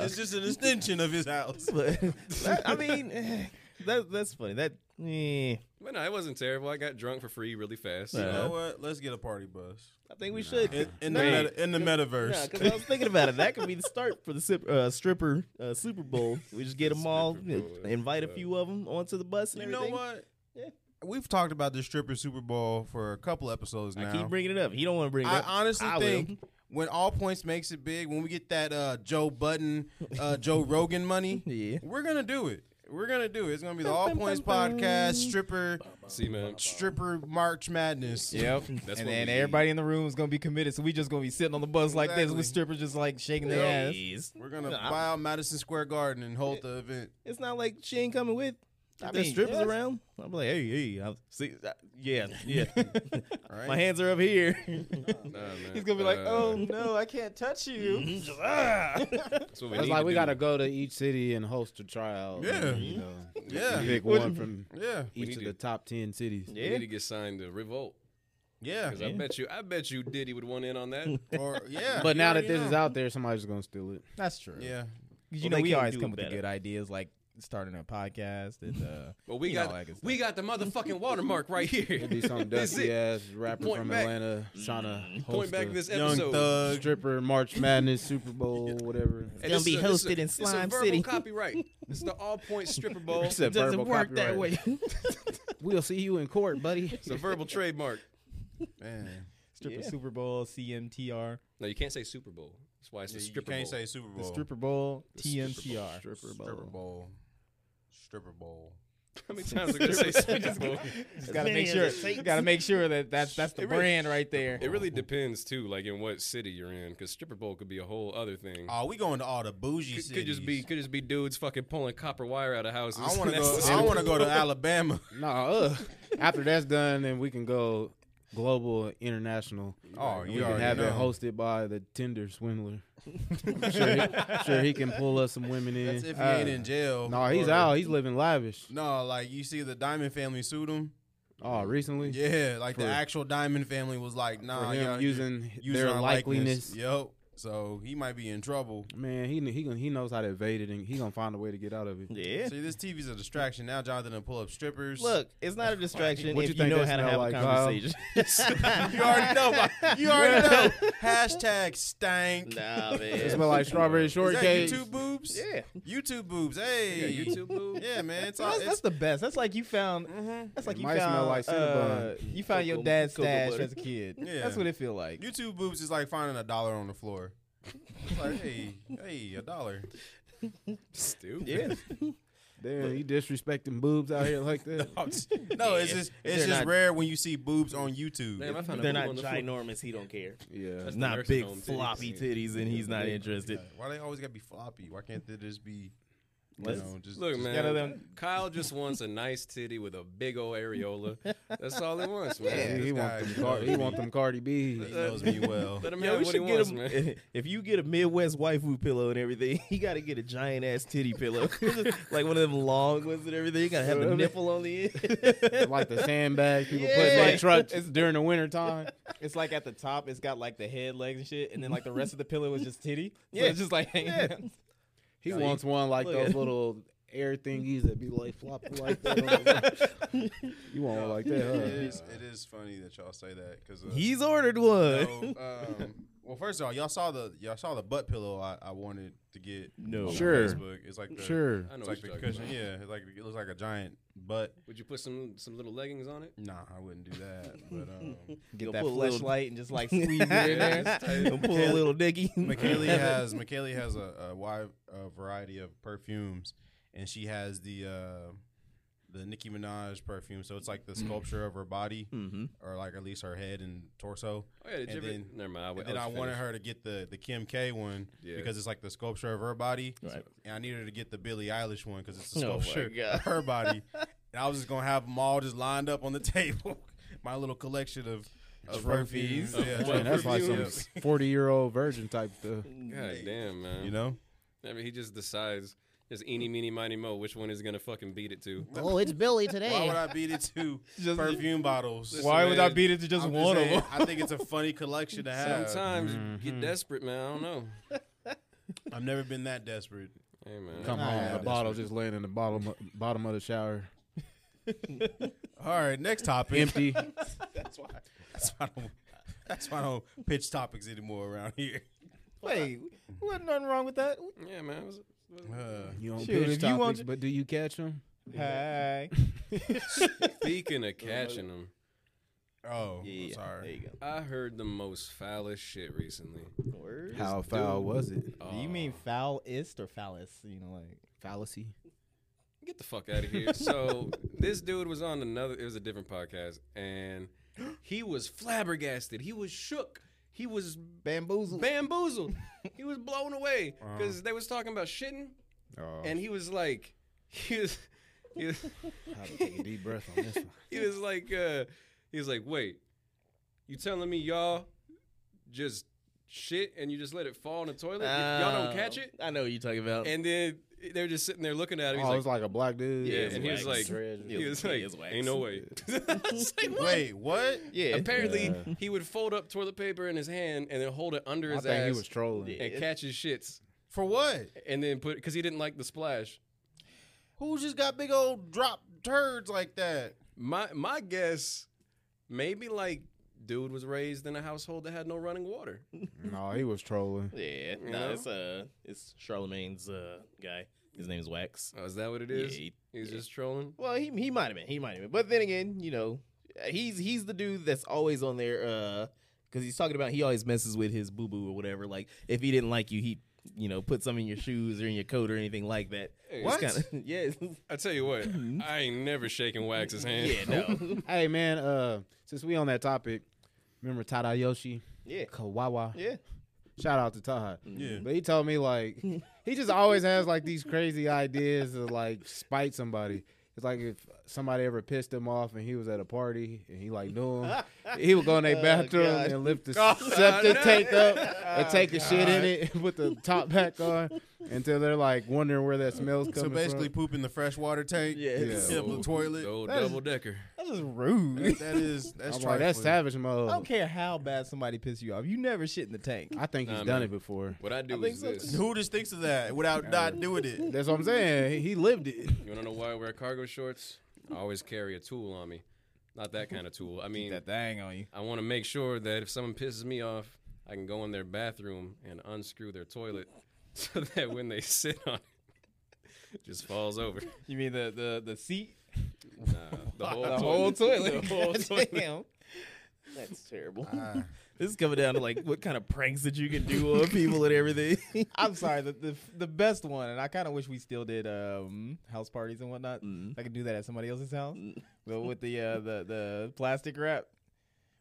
Speaker 4: it's just an extension of his house.
Speaker 1: [sighs] But that- I mean, eh, that that's funny. That eh,
Speaker 3: But no, it wasn't terrible. I got drunk for free really fast.
Speaker 4: You
Speaker 1: Yeah.
Speaker 4: know what? Let's get a party bus
Speaker 1: I think we should.
Speaker 3: [laughs]
Speaker 4: in, in the
Speaker 1: Nah.
Speaker 4: meta, in the
Speaker 1: Nah,
Speaker 4: metaverse.
Speaker 1: 'cause I was thinking about it. That could be the start for the sip, uh, stripper uh, Super Bowl. We just get them all,
Speaker 3: Super Bowl, yeah.
Speaker 1: invite a few of them onto the bus, and
Speaker 4: you know
Speaker 1: everything.
Speaker 4: what?
Speaker 1: Yeah.
Speaker 4: We've talked about the stripper Super Bowl for a couple episodes now.
Speaker 1: I keep bringing it up. He don't want to bring it
Speaker 4: I
Speaker 1: up.
Speaker 4: honestly
Speaker 1: I will.
Speaker 4: think when all points makes it big, when we get that uh, Joe Button, uh, Joe Rogan money,
Speaker 1: [laughs] Yeah.
Speaker 4: we're gonna do it. We're gonna do it. It's gonna be the All Points Podcast stripper
Speaker 3: See, man.
Speaker 4: stripper March
Speaker 1: [laughs]
Speaker 4: Madness.
Speaker 5: Yep.
Speaker 3: That's
Speaker 5: and
Speaker 3: what
Speaker 5: then
Speaker 3: we
Speaker 5: everybody in the room is gonna be committed, so we just gonna be sitting on the bus like this
Speaker 4: Exactly.
Speaker 5: with strippers just like shaking their ass.
Speaker 1: Please.
Speaker 4: We're gonna
Speaker 1: Nah, I'm-
Speaker 4: buy out Madison Square Garden and hold the event.
Speaker 1: It's not like she ain't coming with.
Speaker 5: I
Speaker 1: If there's
Speaker 5: mean,
Speaker 1: strippers
Speaker 5: yes.
Speaker 1: around. I'm like, hey, hey, I'll see, uh, [laughs] yeah, yeah.
Speaker 4: All right.
Speaker 1: My hands are up here. [laughs]
Speaker 3: Nah, man.
Speaker 5: He's gonna be like,
Speaker 3: Uh,
Speaker 5: "Oh no, I can't touch you."
Speaker 1: Mm-hmm.
Speaker 5: [laughs]
Speaker 3: That's what we
Speaker 2: It's
Speaker 3: need
Speaker 2: like
Speaker 3: to
Speaker 2: we
Speaker 3: do.
Speaker 2: gotta go to each city and host a tryout.
Speaker 4: Yeah.
Speaker 2: and, you know,
Speaker 3: [laughs]
Speaker 4: Yeah.
Speaker 2: pick one from
Speaker 4: Yeah.
Speaker 3: We
Speaker 2: each
Speaker 3: need
Speaker 2: of
Speaker 3: to-
Speaker 2: the top ten cities.
Speaker 3: We need to get signed to Revolt.
Speaker 4: Yeah.
Speaker 3: Because I bet you, I bet you Diddy would want in on that.
Speaker 4: Or yeah.
Speaker 2: But
Speaker 4: you
Speaker 2: now
Speaker 4: already
Speaker 2: that this
Speaker 4: know.
Speaker 2: is out there, somebody's gonna steal it.
Speaker 5: [laughs] That's true.
Speaker 4: Yeah.
Speaker 5: You
Speaker 1: Well,
Speaker 5: know,
Speaker 1: they
Speaker 5: we
Speaker 1: can't
Speaker 5: always
Speaker 1: do it
Speaker 5: come with the
Speaker 1: better.
Speaker 5: good ideas, like starting a podcast and uh,
Speaker 3: But we
Speaker 5: you know,
Speaker 3: got
Speaker 5: like it's-
Speaker 3: we got the motherfucking watermark right here.
Speaker 2: It'd
Speaker 3: [laughs]
Speaker 2: be some
Speaker 3: That's
Speaker 2: dusty
Speaker 3: it.
Speaker 2: ass rapper
Speaker 3: Point
Speaker 2: from
Speaker 3: back.
Speaker 2: Atlanta trying to
Speaker 3: Point
Speaker 2: host
Speaker 3: back
Speaker 2: a
Speaker 3: this
Speaker 4: Young
Speaker 3: episode.
Speaker 4: Thug.
Speaker 2: [laughs] stripper
Speaker 3: [laughs]
Speaker 2: March Madness Super Bowl whatever.
Speaker 3: And
Speaker 1: Gonna
Speaker 3: this
Speaker 1: be
Speaker 3: is a- this is a-
Speaker 1: hosted in
Speaker 3: this is a
Speaker 1: Slime
Speaker 3: verbal
Speaker 1: City.
Speaker 3: Copyright. This is the all point stripper
Speaker 2: [laughs]
Speaker 3: bowl. It's
Speaker 2: Said verbal
Speaker 1: Doesn't work [laughs] that
Speaker 2: copyright.
Speaker 1: way. [laughs]
Speaker 2: We'll see you in court, buddy. [laughs]
Speaker 3: a verbal trademark.
Speaker 4: Man.
Speaker 5: stripper
Speaker 1: Yeah.
Speaker 5: Super Bowl, CMTR,
Speaker 3: No, you can't say Super Bowl. That's why it's
Speaker 4: Yeah,
Speaker 3: a
Speaker 4: you
Speaker 3: stripper
Speaker 4: can't
Speaker 3: bowl.
Speaker 4: say Super
Speaker 5: the
Speaker 4: Bowl.
Speaker 5: stripper bowl,
Speaker 3: Stripper
Speaker 5: TMTR.
Speaker 4: Stripper Bowl. Stripper Bowl. Stripper Bowl.
Speaker 3: How many times are we gonna say [laughs] Super Bowl?
Speaker 5: Just gotta make sure, gotta make sure that that's that's the
Speaker 3: It really-
Speaker 5: brand right there.
Speaker 3: It really depends too, like in what city you're in, because stripper bowl could be a whole other thing.
Speaker 4: Oh, we going to all the bougie
Speaker 3: Could,
Speaker 4: cities.
Speaker 3: could just be could just be dudes fucking pulling copper wire out of houses. [laughs]
Speaker 4: I want to
Speaker 3: That's
Speaker 4: go.
Speaker 3: the
Speaker 4: I
Speaker 3: stripper
Speaker 4: want to go to
Speaker 2: [laughs]
Speaker 3: bowl.
Speaker 4: Alabama.
Speaker 2: Nah, uh, after that's done, then we can go global, international.
Speaker 4: Oh,
Speaker 2: And
Speaker 4: you
Speaker 2: we can
Speaker 4: already
Speaker 2: have
Speaker 4: know.
Speaker 2: it hosted by the Tinder
Speaker 4: [laughs]
Speaker 2: swindler. I'm sure, he, sure he can pull us some women in.
Speaker 4: That's if he
Speaker 2: Uh,
Speaker 4: ain't in jail.
Speaker 2: No, he's
Speaker 4: or-
Speaker 2: out. He's living lavish.
Speaker 4: No, like you see the Diamond family sued him.
Speaker 2: Oh, recently,
Speaker 4: Yeah, like
Speaker 2: For-
Speaker 4: the actual Diamond family was like,
Speaker 2: for
Speaker 4: nah,
Speaker 2: him
Speaker 4: yeah,
Speaker 2: using
Speaker 4: you- using
Speaker 2: their
Speaker 4: our
Speaker 2: likeliness.
Speaker 4: Yep. So he might be in trouble.
Speaker 2: Man, he kn- he gonna, he knows how to evade it, and he gonna find a way to get out of it.
Speaker 1: Yeah.
Speaker 4: See, this TV's a distraction. Now Jonathan will pull up strippers.
Speaker 1: Look, it's not a distraction
Speaker 2: What
Speaker 1: if
Speaker 2: you
Speaker 1: you,
Speaker 2: think
Speaker 1: know
Speaker 2: that
Speaker 1: how to
Speaker 2: smell
Speaker 1: have
Speaker 2: like,
Speaker 1: a
Speaker 2: Kyle?
Speaker 1: conversation.
Speaker 4: [laughs]
Speaker 5: [laughs]
Speaker 4: you already know. Like, you already know. Hashtag stank.
Speaker 1: Nah,
Speaker 2: It
Speaker 1: man.
Speaker 2: smell like strawberry
Speaker 4: Is that
Speaker 2: shortcake.
Speaker 4: YouTube
Speaker 1: [laughs]
Speaker 4: boobs?
Speaker 1: Yeah.
Speaker 4: YouTube boobs. Hey.
Speaker 3: Yeah, YouTube boo.
Speaker 4: Yeah, man. It's all.
Speaker 5: That's, that's
Speaker 4: It's,
Speaker 5: the best. That's like you found. That's like
Speaker 2: It
Speaker 5: you
Speaker 2: might smell
Speaker 5: found.
Speaker 2: like
Speaker 5: uh,
Speaker 2: Cinnabon.
Speaker 5: you found your
Speaker 1: Cocoa-
Speaker 5: dad's
Speaker 1: cocoa
Speaker 5: stash
Speaker 1: butter.
Speaker 5: as a kid.
Speaker 4: Yeah.
Speaker 5: That's what it feel like.
Speaker 4: YouTube boobs is like finding a dollar on the floor. It's like, hey,
Speaker 3: [laughs]
Speaker 4: hey, a dollar.
Speaker 3: Stupid.
Speaker 1: Yeah.
Speaker 4: [laughs]
Speaker 2: Damn, you disrespecting boobs out here like that?
Speaker 4: No, it's it's just it's
Speaker 1: They're
Speaker 4: just
Speaker 1: not-
Speaker 4: rare when you see boobs on YouTube.
Speaker 3: Damn, I found a
Speaker 1: They're
Speaker 3: boob
Speaker 1: not
Speaker 3: on the floor.
Speaker 1: ginormous. He don't care.
Speaker 2: Yeah,
Speaker 3: That's the
Speaker 1: Not
Speaker 3: nursing
Speaker 1: big
Speaker 3: home titties.
Speaker 1: floppy titties, and he's not
Speaker 4: [laughs]
Speaker 1: interested.
Speaker 4: Why they always gotta be floppy? Why can't they just be? You
Speaker 1: Let's-
Speaker 4: know, just
Speaker 3: Look,
Speaker 4: just-
Speaker 3: man.
Speaker 5: gotta them-
Speaker 3: Kyle just wants a nice titty with a big old areola. That's all he wants,
Speaker 2: he,
Speaker 3: man.
Speaker 4: this
Speaker 2: want
Speaker 4: guy,
Speaker 2: them
Speaker 4: you
Speaker 2: Car-
Speaker 4: know,
Speaker 2: he want
Speaker 4: [laughs]
Speaker 2: them Cardi
Speaker 4: He
Speaker 2: B's.
Speaker 4: knows me well.
Speaker 2: [laughs]
Speaker 3: Let him
Speaker 1: Yeah,
Speaker 3: have
Speaker 1: we
Speaker 3: what he
Speaker 1: should get
Speaker 3: wants,
Speaker 1: him.
Speaker 3: man.
Speaker 1: [laughs] If you get a Midwest waifu pillow and everything, [laughs] you got to get a giant ass titty pillow, [laughs] like one of them long ones and everything. You got to have the nipple on the end. [laughs]
Speaker 2: like the sandbag people
Speaker 5: Yeah.
Speaker 2: put in their
Speaker 5: Like-
Speaker 2: trucks during the winter time.
Speaker 5: [laughs] It's like at the top, it's got like the head, legs, and shit, and then like the rest
Speaker 1: [laughs]
Speaker 5: of the pillow is just titty. So
Speaker 1: Yeah.
Speaker 5: it's just like hanging
Speaker 1: Yeah.
Speaker 5: out.
Speaker 1: [laughs]
Speaker 2: He wants one like
Speaker 1: look
Speaker 2: those
Speaker 1: at-
Speaker 2: little air thingies that be like flopping like that. you want one Oh, like
Speaker 4: it,
Speaker 2: that?
Speaker 4: is, it is funny that y'all say that because
Speaker 1: he's ordered
Speaker 3: [laughs]
Speaker 1: one.
Speaker 4: So, um, well, first of all, y'all saw the y'all saw the butt pillow I, I wanted to get.
Speaker 1: No.
Speaker 4: on
Speaker 2: Sure.
Speaker 4: Facebook. It's like
Speaker 2: Huh?
Speaker 4: the,
Speaker 2: Sure.
Speaker 4: It's
Speaker 3: I know what
Speaker 4: like
Speaker 3: you're
Speaker 4: the
Speaker 3: talking
Speaker 4: cushion.
Speaker 3: about.
Speaker 4: Yeah, it's like it looks like a giant butt.
Speaker 3: Would you put some some little leggings on it?
Speaker 4: Nah, I wouldn't do that. But um,
Speaker 5: [laughs] Get
Speaker 1: Go
Speaker 5: that
Speaker 1: put a little-
Speaker 5: flashlight and just like squeeze it in
Speaker 3: [laughs] Yeah,
Speaker 5: there.
Speaker 3: it's tight.
Speaker 1: Gonna pull a
Speaker 6: [laughs]
Speaker 1: little dicky. [laughs]
Speaker 4: McKaylee has McKaylee has a, a wide a variety of perfumes, and she has the uh, the Nicki Minaj perfume. So it's like the
Speaker 1: Mm.
Speaker 4: sculpture of her body,
Speaker 1: Mhm.
Speaker 4: or like at least her head and torso.
Speaker 3: Oh yeah, did you
Speaker 4: And
Speaker 3: ever?
Speaker 4: then-
Speaker 3: Never mind. I,
Speaker 4: And
Speaker 3: w-
Speaker 4: then I
Speaker 3: was
Speaker 4: wanted
Speaker 3: finished.
Speaker 4: her to get the the Kim K one
Speaker 3: Yeah.
Speaker 4: because it's like the sculpture of her body.
Speaker 1: Right.
Speaker 4: And I needed her to get the Billie Eilish one because it's a
Speaker 1: [laughs] Oh, my
Speaker 4: sculpture
Speaker 1: God.
Speaker 4: of
Speaker 1: [laughs]
Speaker 4: her body. and I was just gonna have them all just lined up on the [laughs] table. My little collection of, of
Speaker 1: Trophies. [laughs]
Speaker 4: trophies. Yeah,
Speaker 3: Of
Speaker 2: Man, that's like some
Speaker 3: Perfumes.
Speaker 2: forty-year-old virgin type stuff.
Speaker 3: God damn, man.
Speaker 4: you know.
Speaker 3: I mean, he just decides, just eeny, meeny, miny, mo, which one is gonna fucking beat it to.
Speaker 6: Oh, it's Billy
Speaker 4: Why
Speaker 6: today.
Speaker 4: would I beat it [laughs] to perfume bottles?
Speaker 3: Why would I beat
Speaker 5: it to
Speaker 4: I'm just saying, I think it's a funny collection to have.
Speaker 3: Sometimes you
Speaker 5: Mm-hmm.
Speaker 3: get desperate, man. I don't know.
Speaker 4: I've never been that desperate.
Speaker 3: Hey, man.
Speaker 2: Come
Speaker 5: Nah,
Speaker 2: home, the
Speaker 5: that's
Speaker 2: [laughs] bottle just laying in the bottom bottom of the shower.
Speaker 4: All right, next topic.
Speaker 2: Empty.
Speaker 4: that's why. [laughs] That's why. I don't, that's why I don't pitch topics anymore around here.
Speaker 5: [laughs] Wait, wasn't nothing wrong with that.
Speaker 3: Yeah, man. it was- it was-
Speaker 4: Uh,
Speaker 2: You don't
Speaker 5: Shoot,
Speaker 2: pitch
Speaker 5: if you
Speaker 2: topics,
Speaker 5: want-
Speaker 2: but do you catch them?
Speaker 3: [laughs]
Speaker 5: Hey,
Speaker 3: Speaking of catching them,
Speaker 4: oh,
Speaker 1: Yeah,
Speaker 4: I'm
Speaker 1: there
Speaker 4: sorry.
Speaker 1: you
Speaker 3: I heard the most foulest shit recently.
Speaker 1: go. Word.
Speaker 2: How foul was it?
Speaker 3: [laughs]
Speaker 5: do you
Speaker 3: Uh,
Speaker 5: mean foulist or phallus? You know, like
Speaker 2: Fallacy.
Speaker 3: Get the fuck out of
Speaker 5: [laughs]
Speaker 3: here. so this dude was on another it was a different podcast and he was flabbergasted. He was shook. He was
Speaker 5: bamboozle.
Speaker 3: bamboozled.
Speaker 5: [laughs]
Speaker 3: he was blown away
Speaker 5: Uh-huh.
Speaker 3: because they was talking about shitting
Speaker 5: Oh.
Speaker 3: and he was like he was he was,
Speaker 2: How to take a deep breath on this one.
Speaker 3: he was like uh he was like, "Wait. You telling me y'all just shit and you just let it fall in the toilet? Y- y'all
Speaker 1: Uh,
Speaker 3: don't catch it?"
Speaker 1: I know what you're talking about.
Speaker 3: And then they were just sitting there looking at him. [laughs] He's
Speaker 2: oh, it
Speaker 3: like,
Speaker 2: was like a black dude.
Speaker 3: Yeah,
Speaker 1: it's
Speaker 3: and he was
Speaker 1: wax.
Speaker 3: like,
Speaker 2: Treasure.
Speaker 1: It
Speaker 3: he
Speaker 1: was-
Speaker 3: was
Speaker 1: it
Speaker 3: like,
Speaker 1: is wax.
Speaker 3: ain't no way. [laughs] I was like, what?
Speaker 4: Wait, what?
Speaker 1: yeah.
Speaker 3: Apparently,
Speaker 2: Yeah.
Speaker 3: he would fold up toilet paper in his hand and then hold it under
Speaker 2: I
Speaker 3: his
Speaker 2: think
Speaker 3: ass
Speaker 2: he was trolling. [laughs]
Speaker 1: Yeah.
Speaker 3: and catch his shits,
Speaker 4: For what?
Speaker 3: and then put because he didn't like the splash.
Speaker 4: Who just got big old drop turds like that?
Speaker 3: My my guess, maybe like dude was raised in a household that had no running water.
Speaker 2: No, he was trolling.
Speaker 1: Yeah,
Speaker 3: You
Speaker 1: no,
Speaker 3: know?
Speaker 1: it's uh, it's Charlemagne's uh guy. His name is Wax.
Speaker 3: Oh, is that what it is?
Speaker 1: Yeah, he-
Speaker 3: He's just trolling.
Speaker 1: well, he he might have been, he might have been, but then again, you know, he's he's the dude that's always on there, uh, because he's talking about he always messes with his boo boo or whatever. Like if he didn't like you, he you know put some in your shoes or in your coat or anything like that.
Speaker 3: Hey,
Speaker 1: It's
Speaker 4: What?
Speaker 1: Kinda,
Speaker 5: [laughs]
Speaker 1: yeah,
Speaker 3: I tell you what, I ain't never shaking Wax's hand.
Speaker 1: yeah,
Speaker 3: [laughs]
Speaker 1: no,
Speaker 2: Hey man, uh, since we on that topic, remember Tadayoshi
Speaker 1: yeah,
Speaker 2: Kawawa?
Speaker 1: yeah.
Speaker 2: Shout out to Todd.
Speaker 4: Mm-hmm. Yeah.
Speaker 2: But he told
Speaker 1: [laughs]
Speaker 2: me like he just always has like these crazy ideas to like spite somebody. It's like if somebody ever pissed him off and he was at a party and he like knew him,
Speaker 1: [laughs]
Speaker 2: he would go in their
Speaker 1: Oh,
Speaker 2: bathroom
Speaker 1: God. Oh,
Speaker 2: and lift the
Speaker 3: God,
Speaker 2: [laughs] septic
Speaker 3: no.
Speaker 2: tank
Speaker 1: [laughs]
Speaker 2: up and take a shit in
Speaker 4: God.
Speaker 2: it and put the top back on until they're like wondering where that smell's coming
Speaker 4: So basically,
Speaker 2: from.
Speaker 4: poop in the freshwater tank.
Speaker 1: Yeah.
Speaker 4: in the
Speaker 2: Yeah.
Speaker 4: simple toilet.
Speaker 3: Old
Speaker 5: That is-
Speaker 3: double decker.
Speaker 5: That's just rude.
Speaker 4: That is that's
Speaker 2: I'm like, that's
Speaker 4: trifling.
Speaker 2: savage mode.
Speaker 5: I don't care how bad somebody piss you off. You never shit in the tank.
Speaker 2: I think he's
Speaker 3: Nah,
Speaker 2: done
Speaker 3: man.
Speaker 2: it before.
Speaker 3: What I do
Speaker 1: think
Speaker 3: is
Speaker 1: so,
Speaker 3: this.
Speaker 4: Who just thinks of that without not doing
Speaker 2: [laughs]
Speaker 4: it?
Speaker 2: That's what I'm saying. He- He
Speaker 1: [laughs]
Speaker 2: lived it.
Speaker 3: You wanna know why I wear cargo shorts? I always carry a tool on me. Not that kind of tool. I mean,
Speaker 5: that thing on you.
Speaker 3: I want to make sure that if someone pisses me off, I can go in their bathroom and unscrew their toilet [laughs] so that when they sit on it, it just falls over.
Speaker 5: You mean the the the seat,
Speaker 3: Nah, the whole,
Speaker 5: the
Speaker 3: toilet.
Speaker 5: whole toilet?
Speaker 3: The whole
Speaker 5: [laughs]
Speaker 3: toilet.
Speaker 5: Damn.
Speaker 1: That's terrible.
Speaker 4: Ah.
Speaker 1: this is coming down to like what kind of pranks that you can do on people and everything.
Speaker 5: [laughs] I'm sorry, the, the the best one, and I kind of wish we still did um, house parties and whatnot.
Speaker 1: Mm.
Speaker 5: I could do that at somebody else's house,
Speaker 1: Mm.
Speaker 5: but with the uh, the the plastic wrap.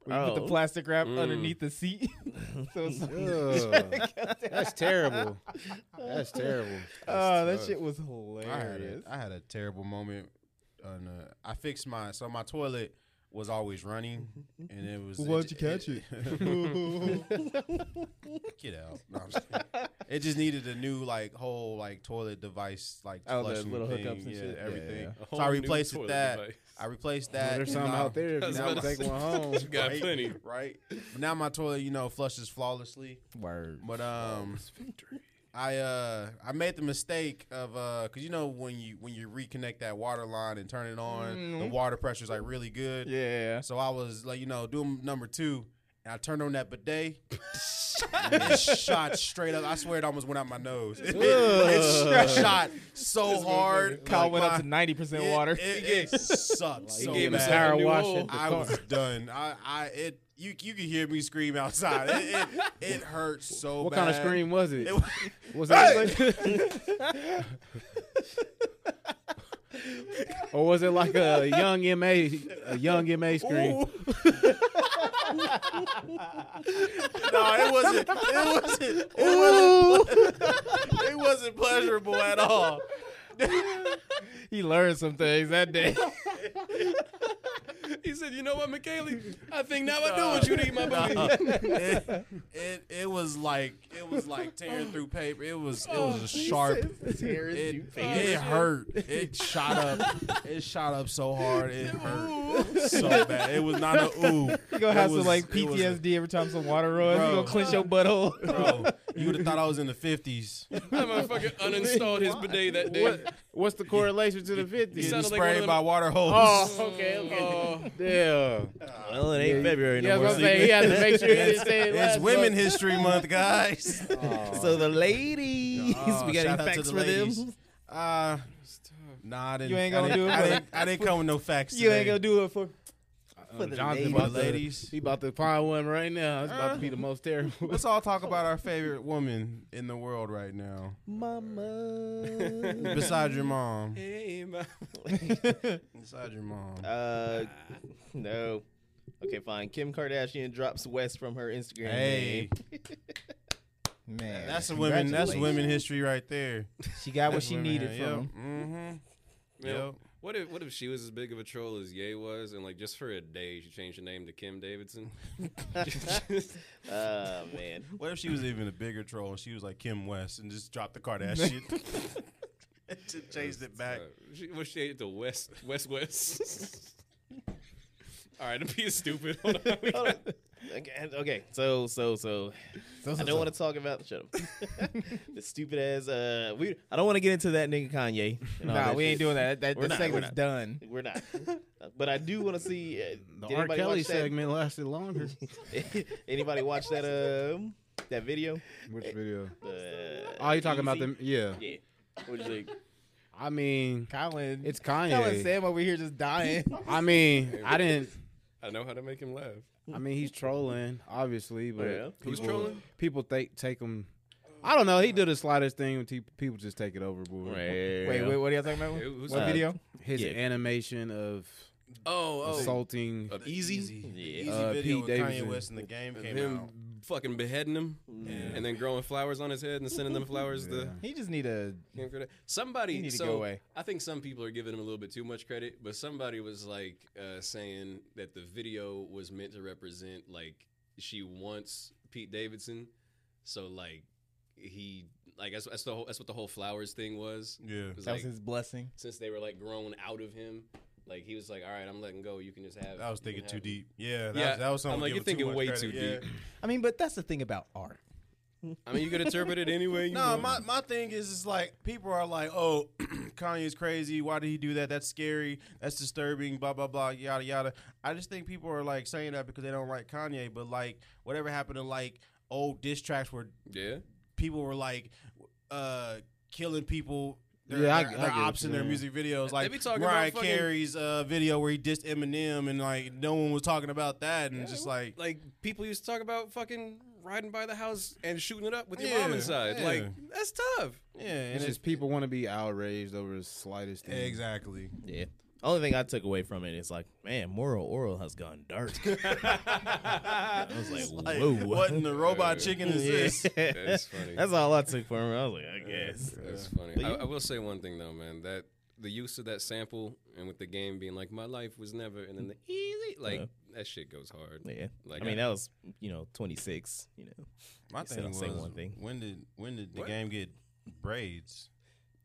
Speaker 5: We put
Speaker 1: Oh.
Speaker 5: the plastic wrap
Speaker 3: Mm.
Speaker 5: underneath the seat, [laughs]
Speaker 1: [laughs]
Speaker 5: so it's
Speaker 2: Ugh. that's terrible. That's terrible.
Speaker 1: Uh,
Speaker 5: oh, that
Speaker 4: tough.
Speaker 5: shit was
Speaker 4: I had, a,
Speaker 5: hilarious.
Speaker 4: I had a terrible moment. On, uh, I fixed my so my toilet was always running, and it was.
Speaker 5: Well, why'd you catch
Speaker 4: [laughs] Get out! No, I'm just kidding. it just needed a new like whole like toilet device like
Speaker 5: Oh, the
Speaker 4: flushing
Speaker 5: little
Speaker 4: thing,
Speaker 5: hookups and
Speaker 4: yeah,
Speaker 5: shit. Yeah,
Speaker 4: everything.
Speaker 5: yeah.
Speaker 3: A
Speaker 4: So I
Speaker 3: whole new
Speaker 4: replaced
Speaker 3: toilet
Speaker 4: with that.
Speaker 3: device.
Speaker 4: I replaced that.
Speaker 2: There's
Speaker 4: and
Speaker 2: something
Speaker 4: now-
Speaker 2: out there.
Speaker 3: I
Speaker 2: If
Speaker 3: was
Speaker 2: you don't
Speaker 3: about to
Speaker 2: take
Speaker 3: say-
Speaker 2: one home,
Speaker 3: You got
Speaker 4: right,
Speaker 3: plenty.
Speaker 4: right? But now my toilet, you know, flushes flawlessly.
Speaker 5: Word.
Speaker 4: But um, I uh I made the mistake of uh because you know when you when you reconnect that water line and turn it on, the
Speaker 5: Mhm.
Speaker 4: water pressure's like really good.
Speaker 5: Yeah.
Speaker 4: So I was like, you know, doing number two, and I turned on that bidet. and it shot straight up. I swear it almost went out my nose. [laughs] It,
Speaker 5: Ugh.
Speaker 4: shot so hard.
Speaker 5: Kyle went up to
Speaker 4: my-
Speaker 5: ninety percent
Speaker 4: it-
Speaker 5: water.
Speaker 4: It, it sucked so
Speaker 3: gave
Speaker 4: bad.
Speaker 3: himself a
Speaker 2: power
Speaker 3: new
Speaker 2: wash
Speaker 3: hole.
Speaker 2: it.
Speaker 4: I was done. I, I, it, you, you could hear me scream outside. It, it, it hurt so
Speaker 2: what
Speaker 4: bad.
Speaker 2: kind of scream was [laughs] it?
Speaker 4: It was-
Speaker 2: Was that like, [laughs] or was it like a young ma, a young ma scream?
Speaker 4: no, it wasn't. It wasn't. It
Speaker 3: [laughs]
Speaker 4: wasn't. it wasn't pleasurable at all.
Speaker 5: [laughs] He learned some things
Speaker 1: [laughs]
Speaker 5: that day.
Speaker 3: He said, "You know what, McKaylee? I think now I know what you need, my buddy."
Speaker 4: It, it, it was like it was like tearing through paper. It was
Speaker 3: Oh,
Speaker 4: it was a sharp.
Speaker 1: Tears
Speaker 4: It,
Speaker 1: you
Speaker 4: it hurt. It shot up. It shot up so hard. It hurt so bad. It was not a ooh.
Speaker 3: [laughs]
Speaker 5: You gonna have
Speaker 4: It was-
Speaker 5: some like
Speaker 4: it was a-
Speaker 5: PTSD every time some water runs.
Speaker 1: [laughs]
Speaker 4: Bro.
Speaker 5: You gonna clench your butthole.
Speaker 4: [laughs] Bro, You would have thought I was in the fifties.
Speaker 3: That motherfucker uninstalled his bidet that day.
Speaker 2: What, what's the correlation to the
Speaker 3: He
Speaker 2: fifties?
Speaker 3: sounded
Speaker 4: Getting
Speaker 3: like one of
Speaker 4: sprayed
Speaker 3: them-
Speaker 4: by water hose.
Speaker 2: Oh, okay, okay.
Speaker 3: Oh,
Speaker 2: Damn.
Speaker 1: Uh, Well, it ain't February no
Speaker 2: Yeah, I
Speaker 1: more.
Speaker 2: was
Speaker 1: so
Speaker 2: gonna say
Speaker 1: you-
Speaker 2: he had to make sure he didn't say it.
Speaker 4: It's
Speaker 2: last
Speaker 4: Women
Speaker 2: month. Uh,
Speaker 4: History
Speaker 2: [laughs]
Speaker 4: Month, guys. [laughs]
Speaker 1: So the ladies,
Speaker 4: Oh,
Speaker 1: we got
Speaker 4: shout out
Speaker 1: any
Speaker 4: to
Speaker 1: facts
Speaker 4: the
Speaker 1: for
Speaker 4: ladies.
Speaker 1: them?
Speaker 4: Uh, nah, I didn't.
Speaker 5: You ain't
Speaker 4: I
Speaker 5: gonna
Speaker 4: didn't-
Speaker 5: do it
Speaker 4: I
Speaker 5: for-
Speaker 4: didn't, I didn't come with no facts.
Speaker 5: [laughs] You ain't
Speaker 4: today.
Speaker 5: gonna do it for.
Speaker 1: For the
Speaker 2: Jonathan
Speaker 1: ladies.
Speaker 4: for the
Speaker 2: about to-
Speaker 4: ladies.
Speaker 2: He about to find one right now. It's about to be the most terrible.
Speaker 4: Let's all talk about our favorite woman in the world right [laughs] now,
Speaker 5: [laughs]
Speaker 1: Mama.
Speaker 4: [laughs] besides your mom.
Speaker 3: hey, ma-
Speaker 4: Besides your mom.
Speaker 1: [laughs] uh, no. Okay, fine. Kim Kardashian drops West from her Instagram.
Speaker 4: Hey,
Speaker 1: name.
Speaker 5: Man,
Speaker 4: that's a women. That's women history right there.
Speaker 5: She got what she needed from him.
Speaker 4: Mm-hmm.
Speaker 3: Yo, What if what if she was as big of a troll as Ye was, and like just for a day she changed her name to Kim Davidson?
Speaker 1: Oh man.
Speaker 4: What if she was even a bigger troll and she was like Kim West and just dropped the [laughs] Kardashian? and just [laughs] changed it back.
Speaker 3: Uh, she, was she at the West West West? [laughs] All right, don't be stupid. Hold on. We
Speaker 1: Hold on.
Speaker 3: got-
Speaker 1: Okay, okay, so so so, I don't want to talk about shut up. the stupid ass. Uh, we I don't want to get into that nigga Kanye. and all
Speaker 5: Nah,
Speaker 1: that
Speaker 5: we ain't
Speaker 1: shit.
Speaker 5: doing that. That,
Speaker 1: We're
Speaker 5: that
Speaker 1: not, we're
Speaker 5: segment's
Speaker 1: not.
Speaker 5: done.
Speaker 1: We're not. Uh, but I do want to see. Uh,
Speaker 2: The
Speaker 1: did
Speaker 2: R.
Speaker 1: anybody
Speaker 2: Kelly
Speaker 1: watch that?
Speaker 2: segment lasted longer.
Speaker 1: [laughs] anybody watch that um that video?
Speaker 2: Which video?
Speaker 1: Uh,
Speaker 2: Oh, you talking about
Speaker 1: Yeezy?
Speaker 2: them? Yeah.
Speaker 1: Yeah. What you think?
Speaker 2: I mean,
Speaker 5: Colin,
Speaker 2: it's
Speaker 5: Colin
Speaker 2: Kanye.
Speaker 5: Sam over here
Speaker 1: [laughs]
Speaker 5: just dying.
Speaker 2: I mean, I didn't.
Speaker 3: I know how to make him laugh.
Speaker 2: I mean, he's trolling, obviously, but
Speaker 1: Yeah.
Speaker 3: Who's
Speaker 2: people-
Speaker 3: trolling?
Speaker 2: People think take him. I don't know. He did the slightest thing, and te- people just take it overboard.
Speaker 5: wait, wait, what are y'all talking about?
Speaker 3: It was-
Speaker 5: what
Speaker 1: Uh,
Speaker 5: video?
Speaker 2: His
Speaker 1: Yeah.
Speaker 2: animation of
Speaker 3: Oh,
Speaker 2: assaulting.
Speaker 3: oh, easy.
Speaker 1: Yeah.
Speaker 4: Easy
Speaker 2: Uh,
Speaker 4: video
Speaker 2: Pete
Speaker 4: with Kanye
Speaker 2: Davidson.
Speaker 4: West and the game came
Speaker 3: him
Speaker 4: out.
Speaker 3: fucking beheading him and then growing flowers on his head and sending them flowers to
Speaker 5: He just need a.
Speaker 3: Kim Kardashian. Somebody
Speaker 5: You need to
Speaker 3: so
Speaker 5: go away.
Speaker 3: I think some people are giving him a little bit too much credit, but somebody was like uh, saying that the video was meant to represent like she wants Pete Davidson, so like he like that's, that's the whole, that's what the whole flowers thing was.
Speaker 4: Yeah.
Speaker 3: It was
Speaker 5: That was
Speaker 3: like,
Speaker 5: his blessing.
Speaker 3: since they were like grown out of him, like he was like, all right, I'm letting go. You can just have.
Speaker 4: I was
Speaker 3: you can
Speaker 4: thinking too
Speaker 3: have it."
Speaker 4: deep. Yeah, that,
Speaker 3: Yeah,
Speaker 4: was, that was something.
Speaker 3: I'm like,
Speaker 4: to
Speaker 3: you're
Speaker 4: give
Speaker 3: thinking
Speaker 4: much
Speaker 3: way
Speaker 4: credit.
Speaker 3: too
Speaker 4: Yeah.
Speaker 3: deep.
Speaker 5: I mean, but that's the thing about art.
Speaker 3: I mean, you could interpret it anyway. [laughs] You
Speaker 4: No,
Speaker 3: know.
Speaker 4: my, my thing is, is like people are like, oh, [clears throat] Kanye's crazy. Why did he do that? That's scary. That's disturbing. Blah blah blah. Yada yada. I just think people are like saying that because they don't like Kanye. But like, whatever happened to like old diss tracks where
Speaker 3: yeah.
Speaker 4: people were like uh killing people their,
Speaker 2: Yeah, I-
Speaker 4: their,
Speaker 2: I
Speaker 4: their
Speaker 2: get what
Speaker 4: ops in
Speaker 2: you're
Speaker 4: their
Speaker 2: saying.
Speaker 4: music videos like
Speaker 3: be talking
Speaker 4: Mariah
Speaker 3: about fucking-
Speaker 4: Carey's uh, video where he dissed Eminem and like no one was talking about that and just like
Speaker 3: like people used to talk about fucking riding by the house and shooting it up with your
Speaker 4: Yeah,
Speaker 3: mom inside.
Speaker 4: yeah.
Speaker 3: Like that's tough.
Speaker 4: yeah and
Speaker 2: It's just people want to be outraged over the slightest thing.
Speaker 4: exactly
Speaker 1: Yeah. Only thing I took away from it is like, man, moral oral has gone [laughs] dark. I was like,
Speaker 4: like,
Speaker 1: whoa.
Speaker 4: what in the robot chicken is
Speaker 5: [laughs]
Speaker 4: this
Speaker 1: Yeah.
Speaker 3: That's funny.
Speaker 1: [laughs] That's all I took from it. I was like, I guess.
Speaker 3: That's funny.
Speaker 1: But
Speaker 3: I,
Speaker 1: you-
Speaker 3: I will say one thing though, man. That the use of that sample and with the game being like, "My life was never," and then the easy, like
Speaker 1: Yeah.
Speaker 3: that shit goes hard.
Speaker 1: Yeah.
Speaker 3: Like,
Speaker 1: I mean,
Speaker 3: I-
Speaker 1: that was, you know, 26, you know.
Speaker 4: my
Speaker 1: They
Speaker 4: thing
Speaker 1: don't
Speaker 4: was
Speaker 1: say one thing.
Speaker 4: when did when did the
Speaker 3: What?
Speaker 4: game get braids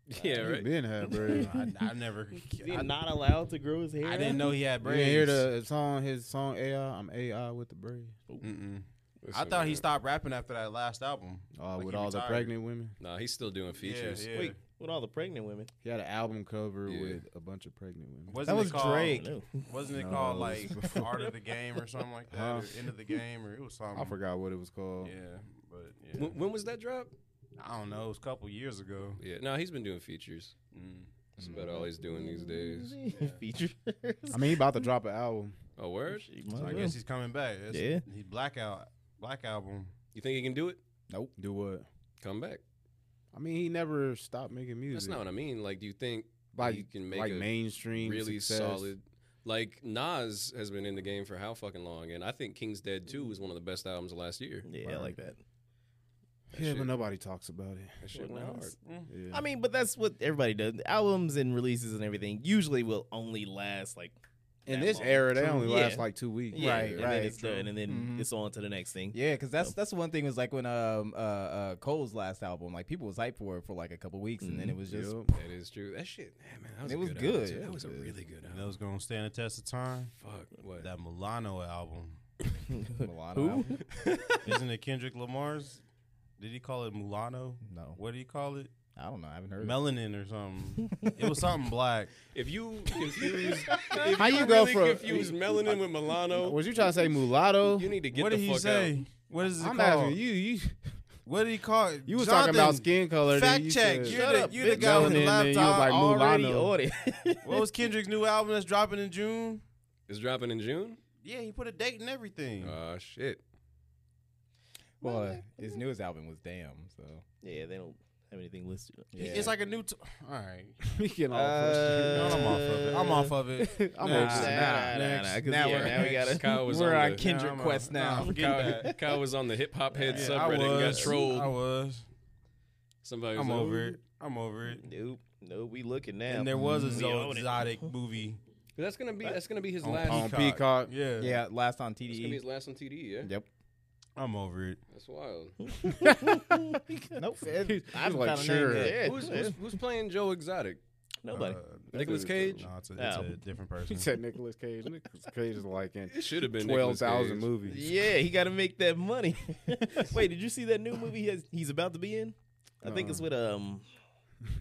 Speaker 3: [laughs] Yeah,
Speaker 2: You've
Speaker 3: right.
Speaker 2: been had, bro. you
Speaker 4: [laughs] I, I never
Speaker 1: I'm
Speaker 4: I,
Speaker 1: not allowed to grow his hair.
Speaker 4: I didn't know he had braids
Speaker 2: didn't hear the song, his song AI. I'm AI with the braid.
Speaker 4: Mm-mm. I
Speaker 3: Listen,
Speaker 4: thought he
Speaker 3: man.
Speaker 4: stopped rapping after that last album
Speaker 2: Uh,
Speaker 4: Like
Speaker 2: with
Speaker 4: he
Speaker 2: all the
Speaker 4: retired.
Speaker 2: pregnant women.
Speaker 3: Nah, he's still doing features.
Speaker 4: yeah, yeah.
Speaker 1: Wait, with all the pregnant women.
Speaker 2: He had an album cover
Speaker 3: Yeah.
Speaker 2: with a bunch of pregnant women.
Speaker 4: Wasn't
Speaker 5: That
Speaker 4: it
Speaker 5: was
Speaker 4: called-
Speaker 1: I
Speaker 5: Drake.
Speaker 1: don't know.
Speaker 4: Wasn't it
Speaker 2: No,
Speaker 4: called
Speaker 2: it
Speaker 4: like
Speaker 2: was
Speaker 4: Art of the Game or something like that?
Speaker 2: Huh?
Speaker 4: Or End of the Game or it was something.
Speaker 2: I forgot what it was called.
Speaker 4: Yeah, but yeah.
Speaker 3: When, when was that drop?
Speaker 4: I don't know. It was a couple years ago.
Speaker 3: Yeah, no, he's been doing features.
Speaker 4: Mm.
Speaker 3: That's about all he's doing these days.
Speaker 1: [laughs] Features. [laughs]
Speaker 2: I mean, he about to drop an album.
Speaker 3: Oh, word?
Speaker 1: She
Speaker 4: So
Speaker 1: might
Speaker 4: I
Speaker 1: as
Speaker 4: guess he's coming back. It's,
Speaker 1: Yeah.
Speaker 4: He's blackout. Black album.
Speaker 3: You think he can do it?
Speaker 2: Nope. Do what?
Speaker 3: Come back.
Speaker 2: I mean, he never stopped making music.
Speaker 3: That's not what I mean. Like, do you think
Speaker 2: like
Speaker 3: he can make
Speaker 2: like
Speaker 3: a
Speaker 2: mainstream,
Speaker 3: really
Speaker 2: success.
Speaker 3: solid? Like Nas has been in the game for how fucking long, and I think King's Dead 2 was one of the best albums of last year.
Speaker 1: well. Yeah, I like that.
Speaker 3: That
Speaker 2: Yeah,
Speaker 3: shit-
Speaker 2: but nobody talks about it.
Speaker 3: That shit
Speaker 1: Well,
Speaker 3: went
Speaker 1: Nas-
Speaker 3: hard.
Speaker 2: Yeah.
Speaker 1: I mean, but that's what everybody does. Albums and releases and everything usually will only last like
Speaker 2: in
Speaker 1: that
Speaker 2: this
Speaker 1: long.
Speaker 2: era, they
Speaker 1: True.
Speaker 2: only
Speaker 1: Yeah.
Speaker 2: last like two weeks.
Speaker 1: yeah,
Speaker 5: Right,
Speaker 1: and
Speaker 5: right,
Speaker 1: Then it's
Speaker 5: true.
Speaker 1: done, and then
Speaker 5: Mhm.
Speaker 1: it's on to the next thing.
Speaker 5: Yeah, because that's
Speaker 1: So-
Speaker 5: that's one thing was like when um uh, uh Cole's last album, like people was hyped for it for like a couple weeks, and then it was just
Speaker 2: Yup.
Speaker 3: That is true. That shit, yeah, man, that was
Speaker 5: It
Speaker 3: a
Speaker 5: was
Speaker 3: good. album,
Speaker 5: good.
Speaker 3: too.
Speaker 5: It
Speaker 3: That was
Speaker 5: was
Speaker 3: a
Speaker 5: good.
Speaker 3: really good
Speaker 4: You know
Speaker 3: album.
Speaker 4: what's gonna stand the test of time?
Speaker 3: Fuck what?
Speaker 4: That Milano album.
Speaker 5: [laughs] Milano
Speaker 1: Who? [laughs]
Speaker 5: album.
Speaker 4: Isn't it Kendrick Lamar's? Did he call it Mulano?
Speaker 5: No,
Speaker 4: What do you call it?
Speaker 5: I don't know. I haven't heard. of
Speaker 4: Melanin or something.
Speaker 1: [laughs]
Speaker 5: [laughs]
Speaker 4: it was something black.
Speaker 3: If you
Speaker 4: [laughs]
Speaker 3: confuse, if
Speaker 2: How you
Speaker 3: you
Speaker 2: go
Speaker 3: really
Speaker 2: from-
Speaker 3: confuse melanin with Milano,
Speaker 2: Was you trying to say mulatto?
Speaker 3: you need to get
Speaker 4: what
Speaker 3: the
Speaker 4: did he
Speaker 3: fuck
Speaker 4: say? What is it
Speaker 2: I'm
Speaker 4: called?
Speaker 2: asking you. You
Speaker 4: What did he call it?
Speaker 2: you was
Speaker 4: Jonathan,
Speaker 2: talking about skin color. then
Speaker 4: Fact
Speaker 2: you
Speaker 4: check.
Speaker 2: said-
Speaker 4: You're
Speaker 1: Shut
Speaker 4: the,
Speaker 1: up,
Speaker 4: you're the
Speaker 1: bitch.
Speaker 4: guy with the
Speaker 2: Melanin,
Speaker 4: laptop.
Speaker 2: then you was like,
Speaker 4: All-
Speaker 1: Already
Speaker 2: Mulano. [laughs]
Speaker 1: ordered.
Speaker 5: [laughs]
Speaker 4: what was Kendrick's new album that's dropping in June?
Speaker 3: It's dropping in June.
Speaker 4: Yeah, he put a date and everything.
Speaker 3: Oh shit.
Speaker 1: [laughs]
Speaker 5: Well, his newest album was Damn. So
Speaker 1: yeah, they don't have anything listed.
Speaker 5: yeah.
Speaker 4: It's like a new. T- All right.
Speaker 2: We getting all
Speaker 4: No,
Speaker 2: frustrated.
Speaker 4: I'm off of it. I'm off of it.
Speaker 2: [laughs]
Speaker 4: [laughs]
Speaker 2: I'm
Speaker 5: Nah,
Speaker 2: over it.
Speaker 5: nah,
Speaker 1: nah, nah, 'cause, yeah,
Speaker 5: Now we're-
Speaker 1: now we gotta-
Speaker 3: [laughs] Kyle was
Speaker 5: we're
Speaker 3: on
Speaker 5: on
Speaker 3: the-
Speaker 5: Kendrick
Speaker 4: Nah,
Speaker 5: Quest now.
Speaker 4: nah, forget that.
Speaker 3: Kyle, [laughs] Kyle was on the hip hop head
Speaker 4: Yeah,
Speaker 3: subreddit and got
Speaker 4: I
Speaker 3: trolled.
Speaker 4: was.
Speaker 3: Somebody was
Speaker 4: I'm
Speaker 3: like,
Speaker 4: over it. I'm over it.
Speaker 1: Nope, nope. We looking now.
Speaker 4: And there was a
Speaker 1: We
Speaker 4: Zoe
Speaker 1: own it.
Speaker 4: exotic movie
Speaker 3: But that's gonna be that's gonna be his
Speaker 4: on
Speaker 3: last.
Speaker 2: on
Speaker 3: That's
Speaker 2: Peacock.
Speaker 4: Peacock. Yeah.
Speaker 5: [laughs] yeah, last on
Speaker 3: gonna be
Speaker 5: TDE.
Speaker 3: his last on TDE. Yeah,
Speaker 5: Yep.
Speaker 4: I'm over it.
Speaker 3: that's wild.
Speaker 5: Nope.
Speaker 2: I'm
Speaker 5: like,
Speaker 2: like,
Speaker 5: sure.
Speaker 2: sure.
Speaker 1: Yeah,
Speaker 3: Who's, who's, who's playing Joe Exotic?
Speaker 1: nobody?
Speaker 4: Uh,
Speaker 3: Nicolas Cage.
Speaker 4: No, it's a,
Speaker 1: No.
Speaker 4: it's a different
Speaker 2: He
Speaker 4: [laughs] person.
Speaker 2: said Nicolas Cage. Nicolas Cage is like in
Speaker 3: It should have been
Speaker 2: twelve
Speaker 3: Nicolas
Speaker 2: thousand
Speaker 3: Cage.
Speaker 2: movies.
Speaker 1: yeah, he got to make that
Speaker 5: [laughs]
Speaker 1: money. Wait, did you see that new movie he has, he's about to be in? I think
Speaker 5: Uh.
Speaker 1: it's with um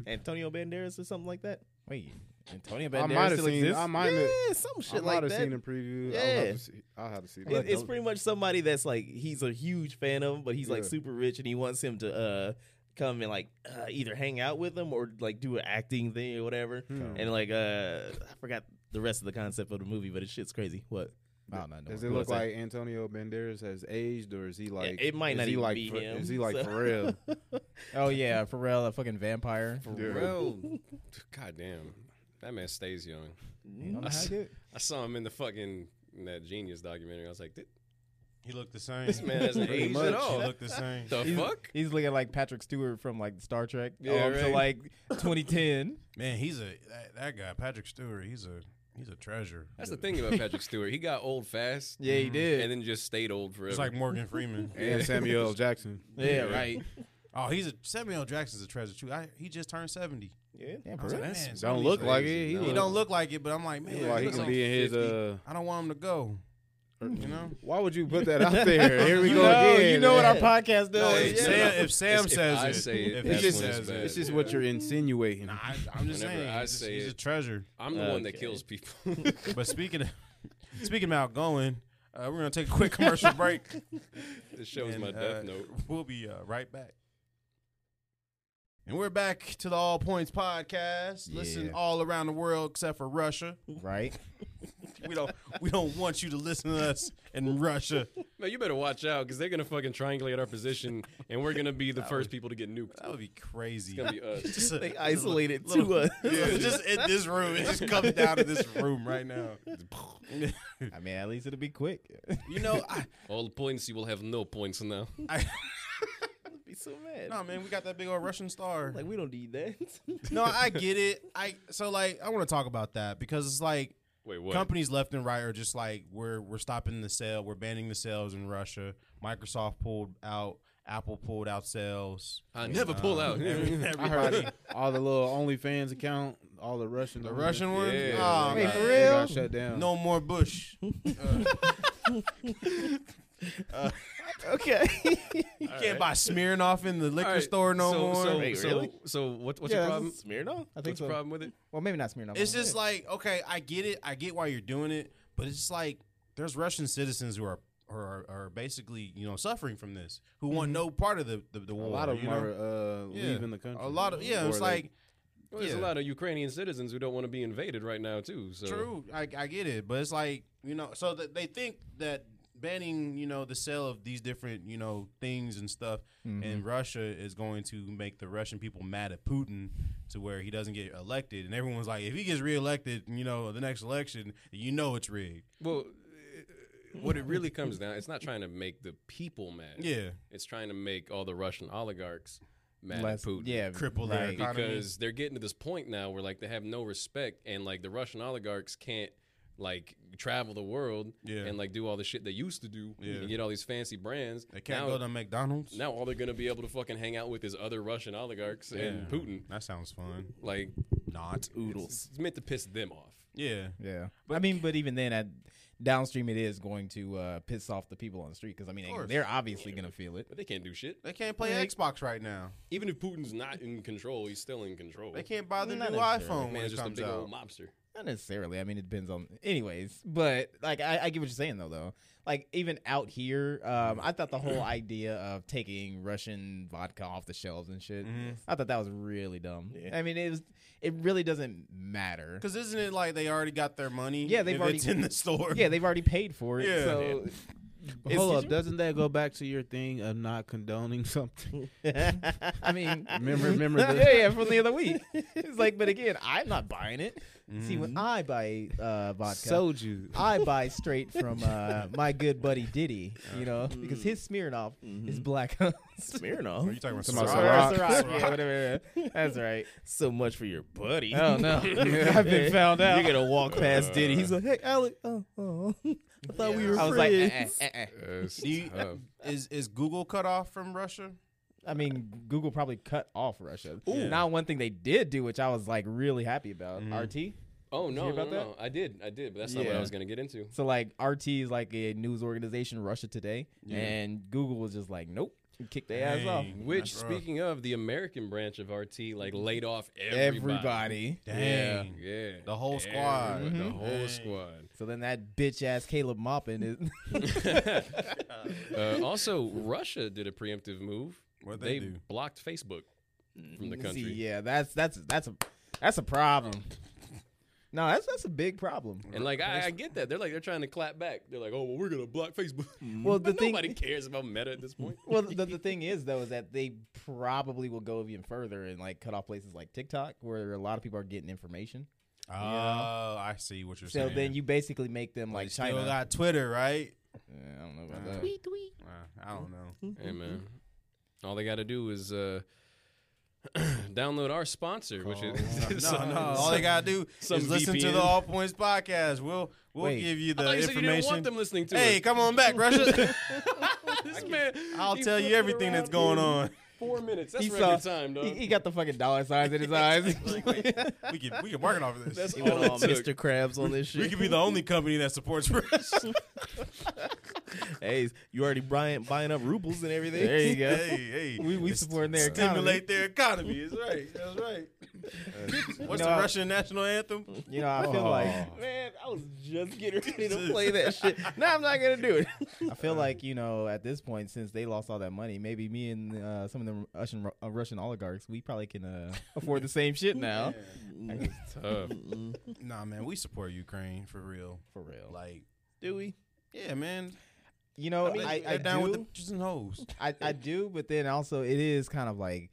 Speaker 1: Antonio Banderas or something like that.
Speaker 5: Wait, Antonio
Speaker 2: I
Speaker 5: Banderas
Speaker 2: might have
Speaker 5: still
Speaker 2: seen.
Speaker 5: exists?
Speaker 2: I might have.
Speaker 1: yeah, some
Speaker 2: I
Speaker 1: shit
Speaker 2: might
Speaker 1: like
Speaker 2: have
Speaker 1: that.
Speaker 2: seen a preview. I'll
Speaker 1: Yeah.
Speaker 2: have to see. I'll have to see.
Speaker 1: It-
Speaker 2: that.
Speaker 1: it's pretty much somebody that's like he's a huge fan of him, but he's like
Speaker 2: Yeah.
Speaker 1: super rich, and he wants him to uh come and like uh, either hang out with him or like do an acting thing or whatever.
Speaker 2: Hmm.
Speaker 1: And like uh I forgot the rest of the concept of the movie, but it shit's crazy. What?
Speaker 5: I don't know.
Speaker 2: Does it
Speaker 1: what
Speaker 2: look
Speaker 1: I'm
Speaker 2: like Antonio Banderas has aged, or is he like?
Speaker 1: it might
Speaker 2: is
Speaker 1: not
Speaker 2: he
Speaker 1: even
Speaker 2: like
Speaker 1: be
Speaker 2: for,
Speaker 1: him,
Speaker 2: Is he like
Speaker 1: so-
Speaker 2: for real?
Speaker 5: Oh yeah, Pharrell, a fucking vampire.
Speaker 2: Yeah.
Speaker 3: Well, god damn, that man stays young.
Speaker 5: You don't know how good-
Speaker 3: I saw him in the fucking in that Genius documentary. I was like, "Th-
Speaker 4: He looked the same.
Speaker 3: this man hasn't
Speaker 4: Pretty
Speaker 3: aged
Speaker 4: much,
Speaker 3: at all.
Speaker 4: He looked [laughs] the same.
Speaker 3: the
Speaker 5: He's-
Speaker 3: fuck?
Speaker 5: He's looking like Patrick Stewart from like Star Trek
Speaker 3: Yeah,
Speaker 5: up to
Speaker 3: right.
Speaker 5: like 2010.
Speaker 4: Man, he's a that, that guy, Patrick Stewart. He's a he's a treasure.
Speaker 3: That's the thing
Speaker 5: [laughs]
Speaker 3: about Patrick Stewart. He got old fast.
Speaker 5: Yeah, he did.
Speaker 3: and then just stayed old forever.
Speaker 4: Mm-hmm. It's like Morgan [laughs] Freeman.
Speaker 2: and Samuel L. Jackson.
Speaker 5: yeah, right.
Speaker 4: Oh, he's a Samuel Jackson's a treasure too. I, he just turned seventy.
Speaker 1: Yeah.
Speaker 5: Yeah,
Speaker 4: I was like,
Speaker 5: Pharrell.
Speaker 4: man, some of
Speaker 2: Don't
Speaker 4: these
Speaker 2: look
Speaker 4: niggas-
Speaker 2: like it. He,
Speaker 3: No.
Speaker 4: He
Speaker 2: look-
Speaker 4: don't look like it, but I'm like,
Speaker 2: look
Speaker 4: man,
Speaker 2: like he
Speaker 4: looks
Speaker 2: can
Speaker 4: like-
Speaker 2: be in his.
Speaker 3: 50.
Speaker 2: Uh,
Speaker 4: I don't want him to go. You know,
Speaker 2: why would you put that out there? Here we
Speaker 5: You
Speaker 2: go
Speaker 5: know,
Speaker 2: again.
Speaker 5: you know what our
Speaker 1: Yeah.
Speaker 5: podcast
Speaker 3: No,
Speaker 5: does.
Speaker 4: if
Speaker 3: it's-
Speaker 5: yeah.
Speaker 4: Sam, if Sam
Speaker 3: It's- if
Speaker 4: says
Speaker 3: I
Speaker 4: it,
Speaker 3: say it,
Speaker 4: if
Speaker 2: It's
Speaker 4: Sam
Speaker 3: that's
Speaker 2: just,
Speaker 3: when it's
Speaker 4: says
Speaker 3: bad.
Speaker 4: it,
Speaker 2: it's just what you're insinuating.
Speaker 4: Nah, I, I'm just
Speaker 3: Whenever
Speaker 4: saying,
Speaker 3: I
Speaker 4: he's,
Speaker 3: say
Speaker 4: he's
Speaker 3: it.
Speaker 4: a
Speaker 3: [laughs]
Speaker 4: treasure.
Speaker 3: I'm the one that
Speaker 1: Okay.
Speaker 4: [laughs]
Speaker 3: kills people.
Speaker 4: But speaking of, speaking about going, uh, we're gonna take a quick commercial
Speaker 3: [laughs]
Speaker 4: break.
Speaker 3: this shows
Speaker 4: And,
Speaker 3: my
Speaker 4: uh,
Speaker 3: death note.
Speaker 4: We'll be uh, right back. And we're back to the All Points podcast. Listen
Speaker 5: Yeah.
Speaker 4: all around the world except for Russia.
Speaker 5: [laughs] Right.
Speaker 4: We don't we don't want you to listen to us in Russia.
Speaker 3: Man, you better watch out because they're gonna fucking triangulate our position, and we're gonna be the first people to get nuked.
Speaker 4: That would be crazy.
Speaker 3: It's
Speaker 4: [laughs]
Speaker 3: gonna be us.
Speaker 4: Just a-
Speaker 1: They isolated
Speaker 4: little-
Speaker 1: to us.
Speaker 4: [laughs] Yeah, just in this room. It just comes down to this room right now. [laughs]
Speaker 5: I mean, at least it'll
Speaker 1: [laughs]
Speaker 5: be quick.
Speaker 4: You know, I,
Speaker 3: All the points you will have no points now.
Speaker 4: I
Speaker 1: I'd be so mad.
Speaker 4: no man, we got that big old Russian star.
Speaker 1: Like we don't need that.
Speaker 4: No, I get it. I so like I want to talk about that because it's like
Speaker 3: Wait, what?
Speaker 4: companies left and right are just like we're we're stopping the sale, we're banning the sales in Russia. Microsoft pulled out, Apple pulled out sales.
Speaker 3: I never pull out.
Speaker 4: Um, [laughs]
Speaker 3: [laughs]
Speaker 4: every-
Speaker 2: I
Speaker 4: Everybody,
Speaker 2: heard [laughs] all the little OnlyFans account, all the Russian,
Speaker 4: the Russian one.
Speaker 3: Yeah.
Speaker 4: Oh,
Speaker 5: Wait,
Speaker 4: man.
Speaker 5: for real?
Speaker 2: got shut down.
Speaker 4: No more Bush. Uh,
Speaker 1: okay.
Speaker 4: you can't buy Smirnoff in the liquor store no
Speaker 3: so,
Speaker 4: more.
Speaker 3: So,
Speaker 1: Wait,
Speaker 3: so,
Speaker 1: really?
Speaker 3: so what, what's
Speaker 5: Yeah,
Speaker 3: your
Speaker 5: that's-
Speaker 3: problem?
Speaker 1: Smirnoff?
Speaker 5: I think
Speaker 3: What's
Speaker 5: so.
Speaker 3: your problem with it?
Speaker 5: Well, maybe not Smirnoff.
Speaker 4: It's just like, okay, I get it. I get why you're doing it, but it's just like there's Russian citizens who are who are, are basically, you know, suffering from this, who want no part of the the, the
Speaker 2: Mm-hmm. a
Speaker 4: war.
Speaker 2: lot of
Speaker 4: you
Speaker 2: them
Speaker 4: know?
Speaker 2: are uh,
Speaker 4: Yeah.
Speaker 2: leaving the country.
Speaker 4: a lot of yeah.
Speaker 2: Or
Speaker 4: It's
Speaker 2: they-
Speaker 4: like
Speaker 3: Well, there's a
Speaker 4: Yeah.
Speaker 3: lot of Ukrainian citizens who don't want to be invaded right now too. So
Speaker 4: true. I, I get it, but it's like you know, so that they think that banning you know the sale of these different you know things and stuff
Speaker 2: Mm-hmm.
Speaker 4: in Russia is going to make the Russian people mad at Putin to where he doesn't get elected, and everyone's like, if he gets reelected, you know, the next election, you know, it's rigged.
Speaker 3: Well, eh, what it really comes down, it's not trying to make the people mad.
Speaker 4: Yeah.
Speaker 3: it's trying to make all the Russian oligarchs mad
Speaker 5: Less-
Speaker 3: at Putin.
Speaker 5: Yeah,
Speaker 4: Cripple their
Speaker 5: right.
Speaker 4: economy.
Speaker 3: because they're getting to this point now where like they have no respect and like the Russian oligarchs can't like travel the world
Speaker 4: Yeah.
Speaker 3: and like do all the shit they used to do
Speaker 4: Yeah.
Speaker 3: and get all these fancy brands.
Speaker 4: They can't
Speaker 3: now,
Speaker 4: go to McDonald's.
Speaker 3: now all they're gonna be able to fucking hang out with is other Russian oligarchs and
Speaker 4: Yeah.
Speaker 3: Putin.
Speaker 4: That sounds fun.
Speaker 3: Like
Speaker 4: Not.
Speaker 1: Oodles.
Speaker 3: it's meant to piss them off.
Speaker 4: Yeah.
Speaker 5: Yeah, I mean, but even then, I, downstream it is going to uh, piss off the people on the street because I mean
Speaker 4: Of course.
Speaker 5: they're obviously gonna feel it.
Speaker 3: But they can't do shit.
Speaker 4: They can't play
Speaker 3: Like-
Speaker 4: Xbox right now.
Speaker 3: Even if Putin's not in control, he's still in control.
Speaker 4: They can't buy the new
Speaker 5: Not necessarily.
Speaker 4: iPhone when
Speaker 3: Man's
Speaker 4: it
Speaker 3: just a
Speaker 4: comes
Speaker 3: big
Speaker 4: out.
Speaker 3: old mobster.
Speaker 5: Not necessarily. I mean, it depends on. Anyways, but like I, I get what you're saying though. Though, like even out here, um, I thought
Speaker 4: [clears throat]
Speaker 5: the whole idea of taking Russian vodka off the shelves and shit,
Speaker 4: Mhm.
Speaker 5: I thought that was really dumb.
Speaker 1: Yeah.
Speaker 5: I mean, it was. It really doesn't
Speaker 4: [laughs]
Speaker 5: matter.
Speaker 4: Because isn't it like they already got their money?
Speaker 5: Yeah, they've
Speaker 4: if
Speaker 5: already-
Speaker 4: it's in the store.
Speaker 5: Yeah, they've already paid for it.
Speaker 4: Yeah.
Speaker 5: So
Speaker 2: But hold up, doesn't that go back to your thing of not condoning [laughs] something?
Speaker 5: I
Speaker 4: [laughs]
Speaker 5: mean,
Speaker 2: Remember- remember
Speaker 5: [laughs]
Speaker 2: the-
Speaker 5: yeah, yeah, from the other week. It's like, but again, I'm not buying it. See, when
Speaker 1: Mm-hmm.
Speaker 5: I buy uh, vodka,
Speaker 2: Soju.
Speaker 5: I buy straight
Speaker 1: [laughs]
Speaker 5: from uh, my good buddy Diddy,
Speaker 1: Uh,
Speaker 5: you know,
Speaker 1: mm.
Speaker 5: because his Smirnoff
Speaker 1: Mm-hmm.
Speaker 5: is black. [laughs]
Speaker 4: Are
Speaker 1: Smirnoff.
Speaker 4: you talking about
Speaker 2: Somebody
Speaker 4: Ciroc?
Speaker 2: Ciroc.
Speaker 5: yeah, whatever. yeah.
Speaker 1: [laughs]
Speaker 5: That's right.
Speaker 1: So much for your buddy.
Speaker 5: Oh no, [laughs] I've been found out.
Speaker 1: You're gonna walk past Diddy. He's like, "Hey, Alec. Oh, oh. [laughs] I thought we were
Speaker 5: I was like,
Speaker 1: friends."
Speaker 5: eh, eh, eh, eh.
Speaker 3: That's
Speaker 4: Do you-
Speaker 3: tough.
Speaker 4: Is is Google cut off from Russia?
Speaker 5: I mean, Google probably cut off Russia.
Speaker 4: Ooh.
Speaker 5: Now, one thing they did do, which I was like really happy about,
Speaker 1: Mm-hmm.
Speaker 5: RT.
Speaker 3: Oh no,
Speaker 5: hear
Speaker 3: no,
Speaker 5: about
Speaker 3: no, I did, I did, but that's not what
Speaker 5: Yeah.
Speaker 3: I was gonna get into.
Speaker 5: So like RT is like a news organization, Russia Today, and Google was just like, nope, kick their ass off.
Speaker 4: Dang.
Speaker 3: Which,
Speaker 4: That's rough.
Speaker 3: speaking of, the American branch of RT like laid off everybody.
Speaker 5: Everybody.
Speaker 3: Yeah,
Speaker 4: Dang.
Speaker 3: yeah.
Speaker 4: The whole squad.
Speaker 3: Everyone- The whole
Speaker 4: Dang.
Speaker 3: squad.
Speaker 5: So then that bitch ass Caleb
Speaker 4: [laughs]
Speaker 5: Moppin is
Speaker 3: Uh, also, Russia did a preemptive move.
Speaker 4: What'd they do?
Speaker 3: blocked Facebook from the country.
Speaker 5: [laughs] See, Mm-hmm. yeah, that's that's that's a that's
Speaker 4: [laughs]
Speaker 5: a problem. No, that's that's a big problem.
Speaker 3: And like I, I get that they're like they're trying to clap back. They're like, oh well, we're gonna block Facebook. [laughs]
Speaker 5: Well, the
Speaker 3: but
Speaker 5: thing-
Speaker 3: nobody cares about Meta at this point.
Speaker 5: Well, the, the thing is though is that they probably will go even further and like cut off places like TikTok where a lot of people are getting information.
Speaker 4: Oh, I see what you're
Speaker 5: So
Speaker 4: saying.
Speaker 5: then you basically make them
Speaker 4: They
Speaker 5: like
Speaker 4: still
Speaker 5: China.
Speaker 4: got Twitter, right?
Speaker 5: Yeah, I don't know about
Speaker 4: Uh,
Speaker 5: that.
Speaker 4: Uh, I don't
Speaker 5: [laughs]
Speaker 4: know.
Speaker 3: hey man, all they got to do is uh, [clears throat] download our sponsor, which [laughs] is
Speaker 4: No,
Speaker 5: [laughs]
Speaker 4: no. All they gotta do
Speaker 3: some
Speaker 4: is listen to the
Speaker 3: VPN.
Speaker 4: All Points podcast. We'll we'll
Speaker 5: Wait.
Speaker 4: give you
Speaker 3: I
Speaker 4: the
Speaker 3: thought you said you didn't want
Speaker 4: information.
Speaker 3: them listening to
Speaker 4: hey,
Speaker 3: it.
Speaker 4: come on back,
Speaker 5: [laughs]
Speaker 4: Russia.
Speaker 3: this man,
Speaker 4: I'll
Speaker 3: he
Speaker 4: tell you
Speaker 3: flipped it
Speaker 4: everything that's
Speaker 3: around
Speaker 4: going on.
Speaker 3: in Four minutes. That's
Speaker 5: He
Speaker 3: record
Speaker 5: saw-
Speaker 3: time, dog.
Speaker 5: He, he got the fucking dollar
Speaker 4: [laughs]
Speaker 5: signs in his eyes.
Speaker 4: [laughs] We can we can market off of this.
Speaker 3: that's
Speaker 1: He
Speaker 3: all
Speaker 1: went
Speaker 2: [laughs]
Speaker 3: it
Speaker 1: all
Speaker 3: took.
Speaker 1: Mr. Krabs on this
Speaker 4: we
Speaker 1: shit.
Speaker 4: could be the only company that supports [laughs] Russia.
Speaker 1: hey, you already buying buying up rubles and everything.
Speaker 5: there
Speaker 1: [laughs]
Speaker 5: you go.
Speaker 4: hey, hey.
Speaker 5: We we supporting their
Speaker 4: Stimulate their economy. That's right. That's right. What's
Speaker 5: You know,
Speaker 4: the
Speaker 5: I-
Speaker 4: Russian national anthem?
Speaker 5: economy. You know, I feel like
Speaker 1: Man, I was just getting ready to play that shit. No, I'm not gonna do it.
Speaker 5: I feel like you know at this point, since they lost all that money, maybe me and uh, some of the Russian uh, Russian oligarchs, we probably
Speaker 1: [laughs]
Speaker 5: can uh, afford the same shit now.
Speaker 3: Tough.
Speaker 4: Nah, man, we support Ukraine for real.
Speaker 5: For real,
Speaker 4: Like,
Speaker 1: do we?
Speaker 4: yeah, man.
Speaker 5: you know, I,
Speaker 4: mean,
Speaker 5: Oh, I,
Speaker 4: they're down
Speaker 5: do,
Speaker 4: with the bitches and hoes.
Speaker 5: I, I do, but then also it is kind of like,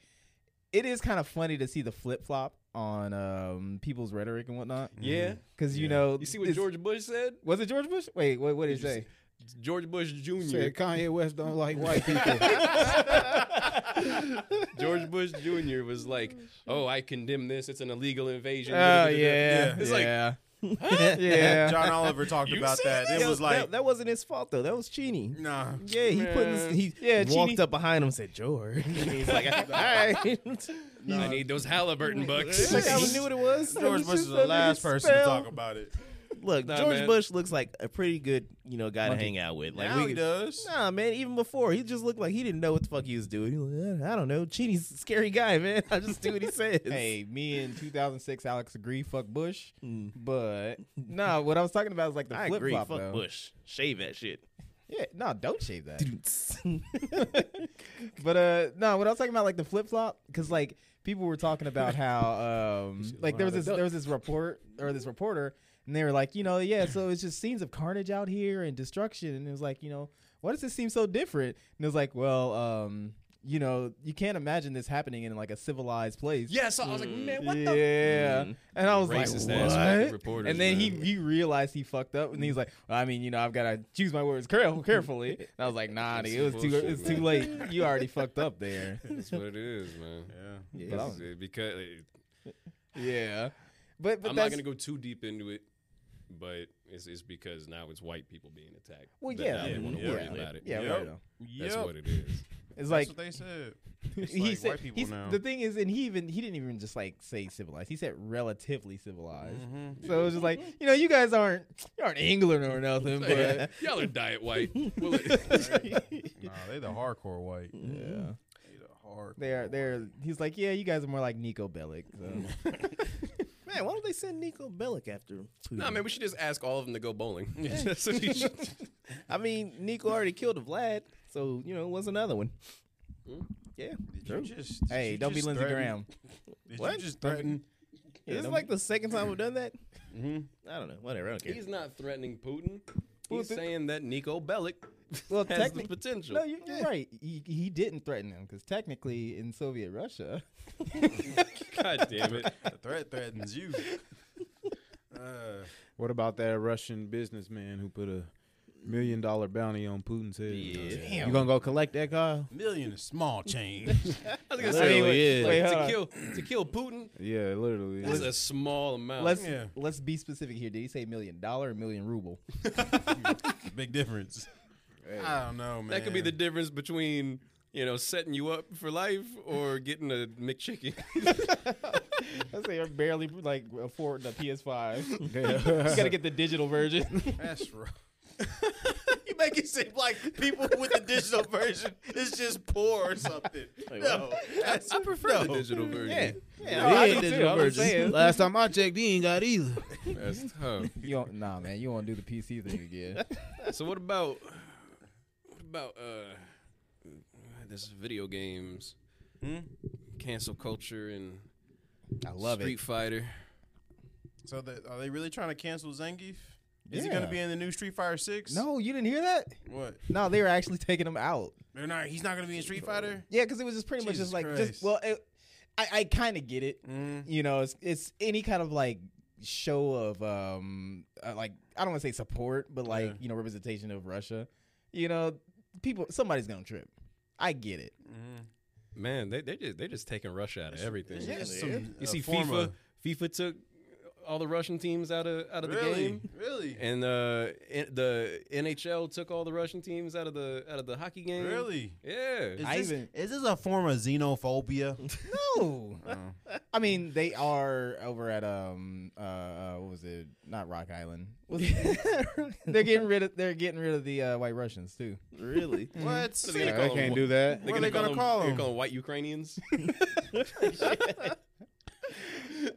Speaker 5: it is kind of funny to see the flip flop on um, people's rhetoric and whatnot.
Speaker 3: Yeah.
Speaker 5: because you know,
Speaker 3: You see what
Speaker 5: it's-
Speaker 3: George Bush said?
Speaker 5: was it George Bush? Wait, what, what did he
Speaker 3: Did you
Speaker 5: say?
Speaker 3: George Bush Jr.
Speaker 2: Said Kanye West don't like white people.
Speaker 3: [laughs] George Bush Jr. was like, "Oh, I condemn this. It's an illegal invasion."
Speaker 5: Oh yeah,
Speaker 3: Da-da-da-da-da. It's like,
Speaker 5: yeah, yeah.
Speaker 4: [laughs] John Oliver talked
Speaker 3: You
Speaker 4: about
Speaker 3: seen
Speaker 4: that.
Speaker 3: that?
Speaker 4: It was like,
Speaker 1: that, that wasn't his fault though. That was Cheney.
Speaker 4: nah.
Speaker 1: Yeah, he put his, he
Speaker 5: Yeah,
Speaker 1: walked
Speaker 5: Cheney-
Speaker 1: up behind him and said, George. He's
Speaker 4: [laughs]
Speaker 1: like, all right.
Speaker 5: [laughs]
Speaker 3: I need those Halliburton bucks. [laughs]
Speaker 1: like, I knew what it was.
Speaker 4: George Bush was the last person to talk about it.
Speaker 1: [laughs] Look,
Speaker 3: Nah,
Speaker 1: George
Speaker 3: man.
Speaker 1: Bush looks like a pretty good, you know, guy to hang out with. Like
Speaker 4: now
Speaker 1: we
Speaker 4: he
Speaker 1: could,
Speaker 4: does.
Speaker 1: Nah, man. Even before, he just looked like he didn't know what the fuck he was doing. He was like, "Uh, I don't know. Cheney's a scary guy, man. [laughs] I just do what he says.
Speaker 5: Hey, me in 2006, Alex agree, fuck Bush. But no, what I was talking about is like the
Speaker 1: Mm. [laughs] I
Speaker 5: flip
Speaker 1: agree.
Speaker 5: flop.
Speaker 1: Fuck
Speaker 5: though.
Speaker 1: Bush. Shave that shit.
Speaker 5: [laughs] Yeah, no, don't shave that.
Speaker 1: [laughs]
Speaker 5: [laughs] but uh, no, what I was talking about like the flip flop, because like people were talking
Speaker 1: [laughs]
Speaker 5: about how um, like there was this there was this report or this reporter, and they were like, you know, yeah, so it's just scenes of carnage out here and destruction, and it was like, you know, why does this seem so different? And it was like, well, um, you know, you can't imagine this happening in like a civilized place.
Speaker 3: Yeah, so I was like, man, what
Speaker 5: yeah.
Speaker 3: the?
Speaker 5: And I was
Speaker 3: Mm-hmm. Racist
Speaker 5: like,
Speaker 3: ass fucking
Speaker 5: what?
Speaker 3: reporters,
Speaker 5: and then he,
Speaker 3: man.
Speaker 5: he realized he fucked up, and he's like, well, I mean, you know, I've got to choose my words careful,
Speaker 3: [laughs]
Speaker 5: carefully. And I was like, Nah,
Speaker 3: That's
Speaker 5: nigga, it was too
Speaker 3: bullshit,
Speaker 5: it's
Speaker 3: man.
Speaker 5: too late. You already fucked up
Speaker 3: [laughs]
Speaker 5: there.
Speaker 3: That's what it is, man.
Speaker 4: Yeah.
Speaker 5: But I was-
Speaker 3: It's, uh, because
Speaker 5: yeah, but but
Speaker 3: I'm not
Speaker 5: that's
Speaker 3: gonna go too deep into it, but it's, it's because now it's white people being attacked.
Speaker 5: well,
Speaker 3: that
Speaker 5: yeah,
Speaker 3: now they
Speaker 5: yeah,
Speaker 3: want to
Speaker 5: yeah,
Speaker 3: worry about it.
Speaker 5: Yeah,
Speaker 4: Yep.
Speaker 5: right, though.
Speaker 3: that's [laughs]
Speaker 4: Yep.
Speaker 3: what it is.
Speaker 5: It's
Speaker 4: That's
Speaker 5: like
Speaker 4: what they said. It's
Speaker 5: he
Speaker 4: like
Speaker 5: said
Speaker 4: white people
Speaker 5: he's-
Speaker 4: now.
Speaker 5: the thing is, and he even he didn't even just like say civilized. He said relatively civilized.
Speaker 3: Mm-hmm.
Speaker 2: Mm-hmm.
Speaker 4: Mhm.
Speaker 5: So it was just like you know, you guys aren't you aren't England or
Speaker 3: [laughs]
Speaker 5: nothing, but
Speaker 3: Y'all are diet [laughs] white. Well, it-
Speaker 4: Nah, they the hardcore white.
Speaker 5: yeah,
Speaker 4: They the hard.
Speaker 5: they're they're. He's like, yeah, you guys are more like Nico Bellic. So. [laughs]
Speaker 1: Man, why don't they send Nico Bellic after? Putin?
Speaker 3: nah, man, we should just ask all of them to go [laughs] bowling. That's what we should-
Speaker 1: I mean, Nico already killed a Vlad, so you know, what's another one? Yeah,
Speaker 4: Did
Speaker 1: true.
Speaker 4: you just, did
Speaker 5: hey,
Speaker 4: you
Speaker 5: don't be
Speaker 4: just
Speaker 5: Lindsey
Speaker 4: threaten-
Speaker 5: Graham.
Speaker 4: Did
Speaker 1: What?
Speaker 4: you just threaten?
Speaker 1: this is
Speaker 5: don't-
Speaker 1: like the second time we've done that.
Speaker 4: Mhm.
Speaker 1: I don't know. Whatever. I don't care.
Speaker 3: [laughs] He's not threatening Putin. He's
Speaker 5: Putin.
Speaker 3: saying that Nico Bellic
Speaker 5: Well,
Speaker 3: has the
Speaker 5: technic-
Speaker 3: potential.
Speaker 5: No, you're you're right. He, he didn't threaten him because technically in Soviet Russia, [laughs]
Speaker 3: [laughs] God damn it.
Speaker 4: The threat threatens you. Uh,
Speaker 2: What about that Russian businessman who put a million dollar bounty on Putin's head?
Speaker 5: Damn.
Speaker 2: You gonna go collect that, Kyle?
Speaker 4: million is small change.
Speaker 3: I was
Speaker 1: Literally
Speaker 3: gonna say, like,
Speaker 1: is.
Speaker 3: like,
Speaker 5: Wait, hold
Speaker 3: to
Speaker 5: on.
Speaker 3: kill to kill Putin
Speaker 2: Yeah, literally.
Speaker 3: is a small amount.
Speaker 5: let's
Speaker 4: yeah.
Speaker 5: let's be specific here. Did he say million dollar or million ruble? [laughs]
Speaker 4: Big difference. I don't know, man.
Speaker 3: that could be the difference between you know setting you up for life or getting a McChicken.
Speaker 5: Let's say you're barely like affording a PS5.
Speaker 2: [laughs]
Speaker 5: [laughs]
Speaker 2: Yeah.
Speaker 5: get the digital
Speaker 3: [laughs]
Speaker 5: version.
Speaker 4: That's rough. [laughs] you make it seem like people with the digital version is just poor or something. no, that's, I prefer
Speaker 3: the digital version.
Speaker 1: yeah,
Speaker 5: I
Speaker 1: he
Speaker 5: do
Speaker 1: is
Speaker 5: too,
Speaker 1: digital
Speaker 5: I'm just
Speaker 1: version.
Speaker 5: saying.
Speaker 2: Last time I checked, he ain't got either.
Speaker 3: That's tough.
Speaker 5: you don't, nah, man, you won't do the PC thing again.
Speaker 3: So what about what about uh this video games,
Speaker 4: Hmm?
Speaker 3: cancel culture and
Speaker 5: I love
Speaker 3: Street
Speaker 5: it.
Speaker 3: Fighter.
Speaker 4: So that, are they really trying to cancel Zangief? Is he going
Speaker 5: Yeah.
Speaker 4: to be in the new Street Fighter Six?
Speaker 5: No, you didn't hear that?
Speaker 4: What?
Speaker 5: No, they were actually taking him out.
Speaker 4: They're not. He's not going to be in Street Fighter.
Speaker 5: Yeah, because it was just pretty much
Speaker 4: Jesus
Speaker 5: just like
Speaker 4: Christ.
Speaker 5: just well, it, I I kind of get it.
Speaker 4: Mm.
Speaker 5: You know, it's it's any kind of like show of um uh, like I don't want to say support, but like
Speaker 4: Yeah.
Speaker 5: you know representation of Russia. You know, people somebody's gonna trip. I get it.
Speaker 3: Man, they they just they just taking Russia out of everything.
Speaker 4: It's just some-
Speaker 3: You
Speaker 4: a
Speaker 3: see,
Speaker 4: form
Speaker 3: FIFA
Speaker 4: of-
Speaker 3: FIFA took all the Russian teams out of out of the
Speaker 4: Really?
Speaker 3: game.
Speaker 4: Really?
Speaker 3: and uh, in, the NHL took all the Russian teams out of the out of the hockey game.
Speaker 4: Really?
Speaker 3: Yeah.
Speaker 5: I even-
Speaker 4: is this a form of xenophobia?
Speaker 5: No, [laughs] I mean they are over at um uh, uh what was it? Not Rock Island. Was
Speaker 1: [laughs]
Speaker 5: it- they're getting rid of they're getting rid of the uh, white Russians too.
Speaker 1: [laughs] Really?
Speaker 4: what?
Speaker 3: they
Speaker 2: Yeah,
Speaker 3: gonna
Speaker 2: I
Speaker 3: call
Speaker 2: can't
Speaker 3: him-
Speaker 2: do that.
Speaker 4: Mm-hmm. What are they gonna call
Speaker 3: They're
Speaker 4: them?
Speaker 3: calling
Speaker 4: [laughs]
Speaker 3: white Ukrainians.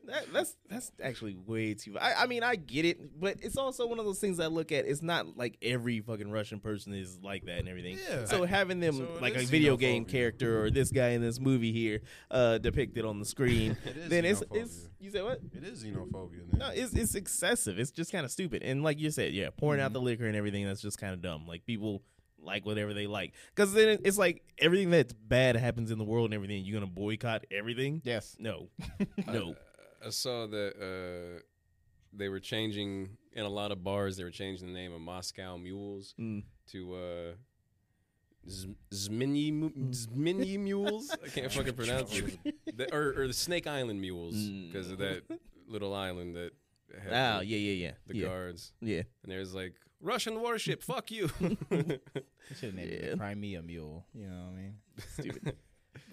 Speaker 1: That, that's that's actually way too. I, I mean, I get it, but it's also one of those things I look at. It's not like every fucking Russian person is like that and everything.
Speaker 4: Yeah.
Speaker 1: So having them
Speaker 4: So it
Speaker 1: like a
Speaker 4: is
Speaker 1: video game
Speaker 4: xenophobia.
Speaker 1: character or this guy in this movie here uh, depicted on the
Speaker 2: [laughs]
Speaker 1: screen,
Speaker 4: [laughs] It is
Speaker 1: then it's
Speaker 4: xenophobia.
Speaker 1: it's you say what?
Speaker 4: It is xenophobia. Then.
Speaker 1: No, it's it's excessive. It's just kind of stupid. And like you said, yeah, pouring
Speaker 3: Mm-hmm.
Speaker 1: out the liquor and everything. That's just kind of dumb. Like people like whatever they like because then it- it's like everything that's bad happens in the world and everything. You're gonna boycott everything?
Speaker 5: Yes.
Speaker 3: [laughs]
Speaker 1: No, [laughs] no.
Speaker 3: Uh, I saw that uh, they were changing in a lot of bars. They were changing the name of Moscow Mules
Speaker 1: Mm.
Speaker 3: to uh, Z- Zmini Mu- Zmini Mules. I can't fucking pronounce it. The- or, or the Snake Island Mules because of that little island that. Had
Speaker 1: Oh yeah,
Speaker 3: the,
Speaker 1: yeah, yeah.
Speaker 3: the
Speaker 1: yeah.
Speaker 3: guards
Speaker 1: Yeah.
Speaker 3: and there's like Russian warship. fuck you. [laughs]
Speaker 5: They should have named it
Speaker 1: Yeah.
Speaker 5: the Crimea Mule. You know what I mean?
Speaker 1: Stupid.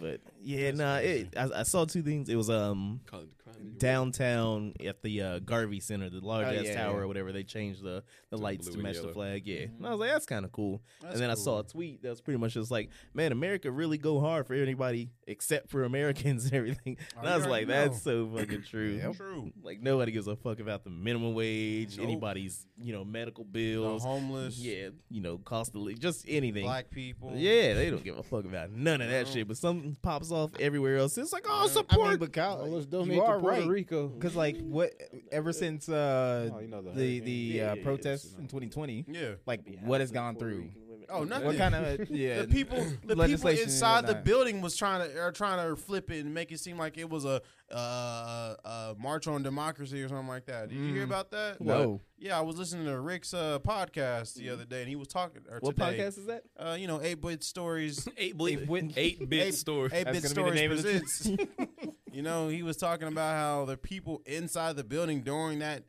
Speaker 1: but yeah, nah, it, I, I saw two things. It was um
Speaker 3: Call it the crime.
Speaker 1: downtown at the uh, Garvey Center, the large
Speaker 5: Oh,
Speaker 1: ass
Speaker 5: yeah,
Speaker 1: tower
Speaker 5: yeah.
Speaker 1: or whatever. They changed the, the lights
Speaker 3: blue
Speaker 1: to
Speaker 3: and
Speaker 1: match the
Speaker 3: yellow.
Speaker 1: flag. Yeah, and I was like, that's kind of cool.
Speaker 4: That's
Speaker 1: and then I
Speaker 4: cool.
Speaker 1: saw a tweet that was pretty much just like, man, America really go hard for anybody except for Americans and everything. And
Speaker 4: Oh,
Speaker 1: I
Speaker 4: you
Speaker 1: was like,
Speaker 4: already
Speaker 1: that's so fucking true.
Speaker 4: True.
Speaker 1: Like nobody gives a fuck about the minimum wage,
Speaker 4: Nope.
Speaker 1: anybody's you know medical
Speaker 4: The
Speaker 1: bills,
Speaker 4: homeless.
Speaker 1: yeah, you know cost of li- just anything.
Speaker 4: Black people.
Speaker 1: Yeah, they don't give a fuck about none of that shit. But something pops off everywhere else. It's like, oh,
Speaker 5: I
Speaker 1: support.
Speaker 5: mean, but Kyle,
Speaker 2: Oh, let's
Speaker 5: you
Speaker 2: donate
Speaker 5: are
Speaker 2: to Puerto
Speaker 5: right.
Speaker 2: Rico.
Speaker 5: Because like what? Ever since uh,
Speaker 2: Oh, you know the
Speaker 5: the
Speaker 2: hurricane.
Speaker 5: the
Speaker 1: Yeah, yeah,
Speaker 5: uh,
Speaker 1: yeah,
Speaker 5: protests
Speaker 2: it's
Speaker 5: in 2020,
Speaker 4: Yeah.
Speaker 5: like what has gone through?
Speaker 4: Oh, nothing.
Speaker 5: What kind of [laughs] yeah?
Speaker 4: the people, the people
Speaker 5: legislation and
Speaker 4: inside the
Speaker 5: whatnot.
Speaker 4: building was trying to are trying to flip it and make it seem like it was a uh, uh, march on democracy or something like that. Did you hear about that?
Speaker 5: No.
Speaker 4: Yeah, I was listening to Rick's uh, podcast the other day, and he was talking. Or
Speaker 1: What
Speaker 4: today,
Speaker 1: podcast is that?
Speaker 4: Uh, you know, eight bit stories.
Speaker 5: [laughs]
Speaker 3: Eight bit,
Speaker 4: [laughs]
Speaker 3: eight bit store.
Speaker 4: Eight
Speaker 5: That's
Speaker 4: bit
Speaker 5: gonna
Speaker 4: stories
Speaker 5: be the name of the
Speaker 4: presents.
Speaker 5: [laughs]
Speaker 4: you know, he was talking about how the people inside the building during that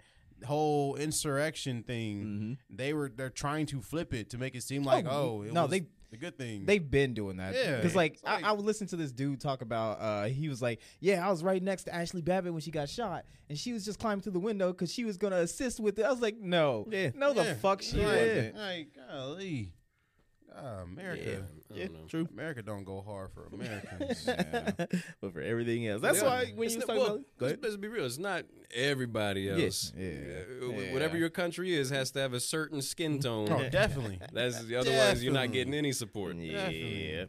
Speaker 4: whole insurrection thing, they were they're trying to flip it to make it seem like oh, it
Speaker 5: Mm-hmm. no,
Speaker 4: was-
Speaker 5: they
Speaker 4: The good thing.
Speaker 5: They've been doing that.
Speaker 4: Yeah.
Speaker 5: Because, like,
Speaker 4: It's
Speaker 5: I,
Speaker 4: like-
Speaker 5: I would listen to this dude talk about, uh, he was like, Yeah, I was right next to Ashley Babbitt when she got shot, and she was just climbing through the window because she was going to assist with it. I was like, No.
Speaker 1: Yeah.
Speaker 5: No, the
Speaker 4: Yeah.
Speaker 5: fuck she
Speaker 4: like,
Speaker 5: wasn't.
Speaker 4: Like, golly. Ah, America.
Speaker 3: I don't know.
Speaker 1: True.
Speaker 4: America don't go hard
Speaker 5: [laughs]
Speaker 4: for Americans.
Speaker 1: but for everything else, that's
Speaker 3: Yeah.
Speaker 1: why when
Speaker 3: It's
Speaker 1: you
Speaker 3: not-
Speaker 1: talk
Speaker 3: well,
Speaker 1: about, go
Speaker 3: let's,
Speaker 1: ahead.
Speaker 3: let's be real. It's not everybody
Speaker 1: Yeah.
Speaker 3: else.
Speaker 5: Yeah.
Speaker 3: Uh, wh- Whatever
Speaker 5: Yeah.
Speaker 3: your country is has to have a certain skin
Speaker 4: [laughs]
Speaker 3: tone.
Speaker 4: oh, definitely.
Speaker 3: That's otherwise you're not getting any support.
Speaker 1: Yeah,
Speaker 4: Definitely.
Speaker 1: yeah.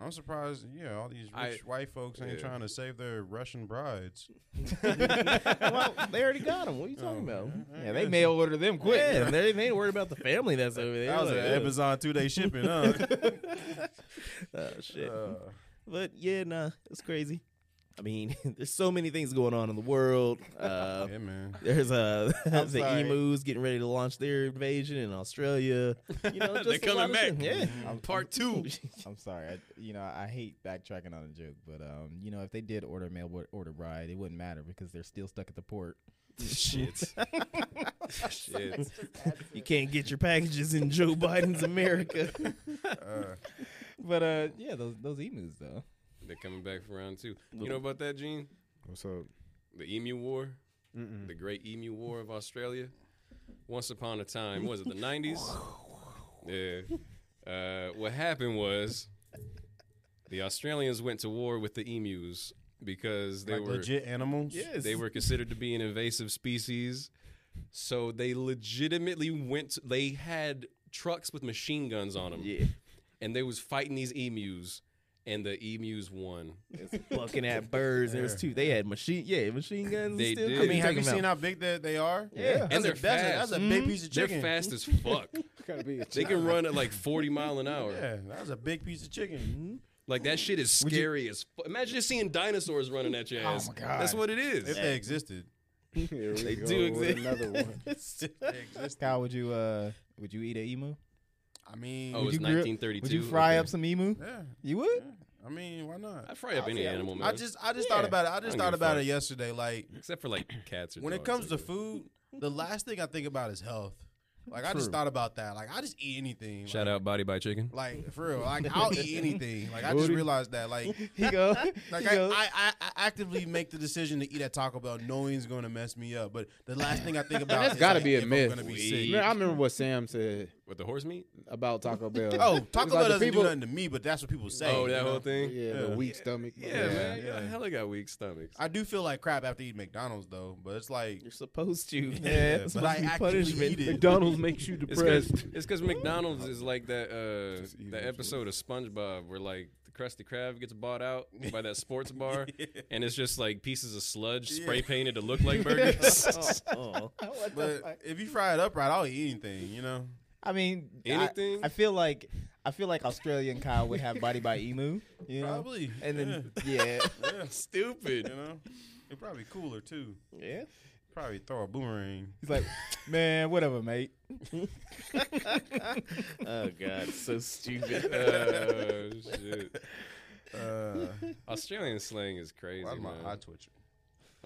Speaker 4: I'm surprised. Yeah, all these rich
Speaker 3: I-
Speaker 4: white folks ain't
Speaker 3: yeah.
Speaker 4: trying to save their Russian brides.
Speaker 5: [laughs]
Speaker 1: well, they already got hthem. What are you talking
Speaker 4: Oh,
Speaker 1: about?
Speaker 5: Yeah, they mail order them quick.
Speaker 1: Yeah, they,
Speaker 5: [laughs]
Speaker 1: they ain't worried about the family that's over there.
Speaker 4: That was an
Speaker 1: Like, ugh.
Speaker 4: Amazon two day shipping, huh?
Speaker 1: oh shit.
Speaker 4: Uh,
Speaker 1: But yeah, nah, it's crazy. I mean, [laughs] there's so many things going on in the world. Uh,
Speaker 4: [laughs] yeah, man.
Speaker 1: There's uh, [laughs] the
Speaker 5: sorry.
Speaker 1: emus getting ready to launch their invasion in Australia. You know, just
Speaker 3: They're
Speaker 1: a
Speaker 3: coming
Speaker 1: lot of shit.
Speaker 3: back.
Speaker 1: Yeah.
Speaker 3: Part two.
Speaker 5: [laughs] I'm sorry. I, you know, I hate backtracking on a joke, but, um, you know, if they did order mail or- order bride, it wouldn't matter because they're still stuck at the port.
Speaker 3: [laughs]
Speaker 4: [laughs]
Speaker 3: Shit. Shit.
Speaker 1: [laughs] You can't get your packages in Joe Biden's America.
Speaker 4: Uh,
Speaker 5: But, uh, yeah, those, those emus, though.
Speaker 3: They're coming back for round two. You know about that, Gene?
Speaker 2: What's up?
Speaker 3: The Emu War, the Great Emu War of Australia. Once upon a time, was it the '90s? yeah. Uh, what happened was the Australians went to war with the emus because they
Speaker 4: like
Speaker 3: were
Speaker 4: legit animals.
Speaker 1: Yes.
Speaker 3: they were considered to be an invasive species. So they legitimately went. They had trucks with machine guns on them,
Speaker 1: Yeah.
Speaker 3: and they was fighting these emus, and the emus won.
Speaker 1: Bucking at birds. There's two. They had machine. Yeah, machine guns.
Speaker 3: They
Speaker 1: and still
Speaker 3: did.
Speaker 1: couldn't
Speaker 4: I mean, have
Speaker 1: take
Speaker 4: you
Speaker 1: them
Speaker 4: seen
Speaker 1: out.
Speaker 4: how big that they are?
Speaker 1: Yeah.
Speaker 3: And they're
Speaker 4: that's a, that's
Speaker 3: fast.
Speaker 4: A, that's a big piece of chicken.
Speaker 3: They're
Speaker 4: [laughs]
Speaker 3: fast as fuck.
Speaker 2: Gotta be a
Speaker 3: They can run at like 40 mile an hour.
Speaker 4: Yeah, that was a big piece of chicken. Mm-hmm.
Speaker 3: Like that shit is scary as fuck. Imagine just seeing dinosaurs running at your ass.
Speaker 5: Oh, my God.
Speaker 3: That's what it
Speaker 4: Oh If
Speaker 3: is.
Speaker 4: they existed,
Speaker 2: Here we
Speaker 1: They
Speaker 2: go
Speaker 1: do
Speaker 2: with
Speaker 1: exist.
Speaker 2: Another one.
Speaker 4: [laughs] they existed.
Speaker 5: Kyle, would you, uh, would you eat an emu?
Speaker 4: I mean,
Speaker 3: Oh, it's
Speaker 5: you grill-
Speaker 3: 1932.
Speaker 5: Would you fry
Speaker 3: Okay.
Speaker 5: up some emu?
Speaker 4: yeah.
Speaker 5: You would?
Speaker 4: I mean, why not?
Speaker 3: I'd fry up any animal, man.
Speaker 4: I just, I just thought about it. I just
Speaker 3: don't give
Speaker 4: thought about
Speaker 3: a fuck.
Speaker 4: it yesterday. Like
Speaker 3: Except for like cats or
Speaker 4: when it
Speaker 3: dogs,
Speaker 4: comes
Speaker 3: I
Speaker 4: to
Speaker 3: guess.
Speaker 4: food, the last thing I think about is health. Like I just
Speaker 5: True.
Speaker 4: thought about that. Like I just eat anything.
Speaker 3: Shout
Speaker 4: like,
Speaker 3: out Body by Chicken.
Speaker 4: Like for real, like I'll eat anything. Like I just
Speaker 5: Booty.
Speaker 4: realized that. Like,
Speaker 5: He go.
Speaker 4: [laughs] like
Speaker 5: he
Speaker 4: I,
Speaker 5: go,
Speaker 4: I, I, I actively make the decision to eat at Taco Bell, knowing it's going to mess me up. But the last thing I think about
Speaker 2: That's
Speaker 4: is
Speaker 2: gotta
Speaker 4: like,
Speaker 2: be a
Speaker 4: if I'm
Speaker 2: myth.
Speaker 4: gonna be
Speaker 3: We-
Speaker 4: sick.
Speaker 2: Man, I remember what Sam said
Speaker 3: With the horse meat?
Speaker 2: about Taco Bell.
Speaker 4: Oh,
Speaker 2: It's
Speaker 4: Taco
Speaker 2: like
Speaker 4: Bell
Speaker 2: the
Speaker 4: doesn't
Speaker 2: people-
Speaker 4: do nothing to me, but that's what people say.
Speaker 3: oh,
Speaker 4: you
Speaker 3: that
Speaker 4: know?
Speaker 3: whole thing?
Speaker 2: Yeah, the weak stomach.
Speaker 3: Yeah, man. Y'all hella got weak stomachs.
Speaker 4: I do feel like crap after eating McDonald's though, but it's like
Speaker 1: You're
Speaker 4: [laughs]
Speaker 1: supposed to. Yeah. [laughs] it's
Speaker 4: but
Speaker 1: supposed
Speaker 4: I
Speaker 1: to be
Speaker 4: actively
Speaker 1: punishment.
Speaker 4: eat it.
Speaker 2: McDonald's makes you
Speaker 3: It's cause, it's 'cause McDonald's is like that uh
Speaker 2: Just eat
Speaker 3: that
Speaker 2: it,
Speaker 3: episode of SpongeBob where like the Krusty Krab gets bought out by that sports bar and it's just like pieces of sludge spray painted to look like burgers. [laughs]
Speaker 1: Oh.
Speaker 4: But if you fry it up right, I'll eat anything. You know,
Speaker 5: I mean, I-
Speaker 3: Anything?
Speaker 5: I, feel like I feel like Australian Kyle would have body by emu. You know,
Speaker 4: probably.
Speaker 5: and then yeah.
Speaker 4: yeah, yeah, you [laughs]
Speaker 3: Stupid.
Speaker 4: know, it'd probably be cooler too.
Speaker 1: Yeah.
Speaker 4: Probably throw a boomerang.
Speaker 5: he's [laughs] like, man, whatever, mate.
Speaker 1: oh God, so stupid. [laughs]
Speaker 3: Oh, shit.
Speaker 4: Uh,
Speaker 3: Australian slang is crazy.
Speaker 4: why is my
Speaker 3: man.
Speaker 4: eye twitching?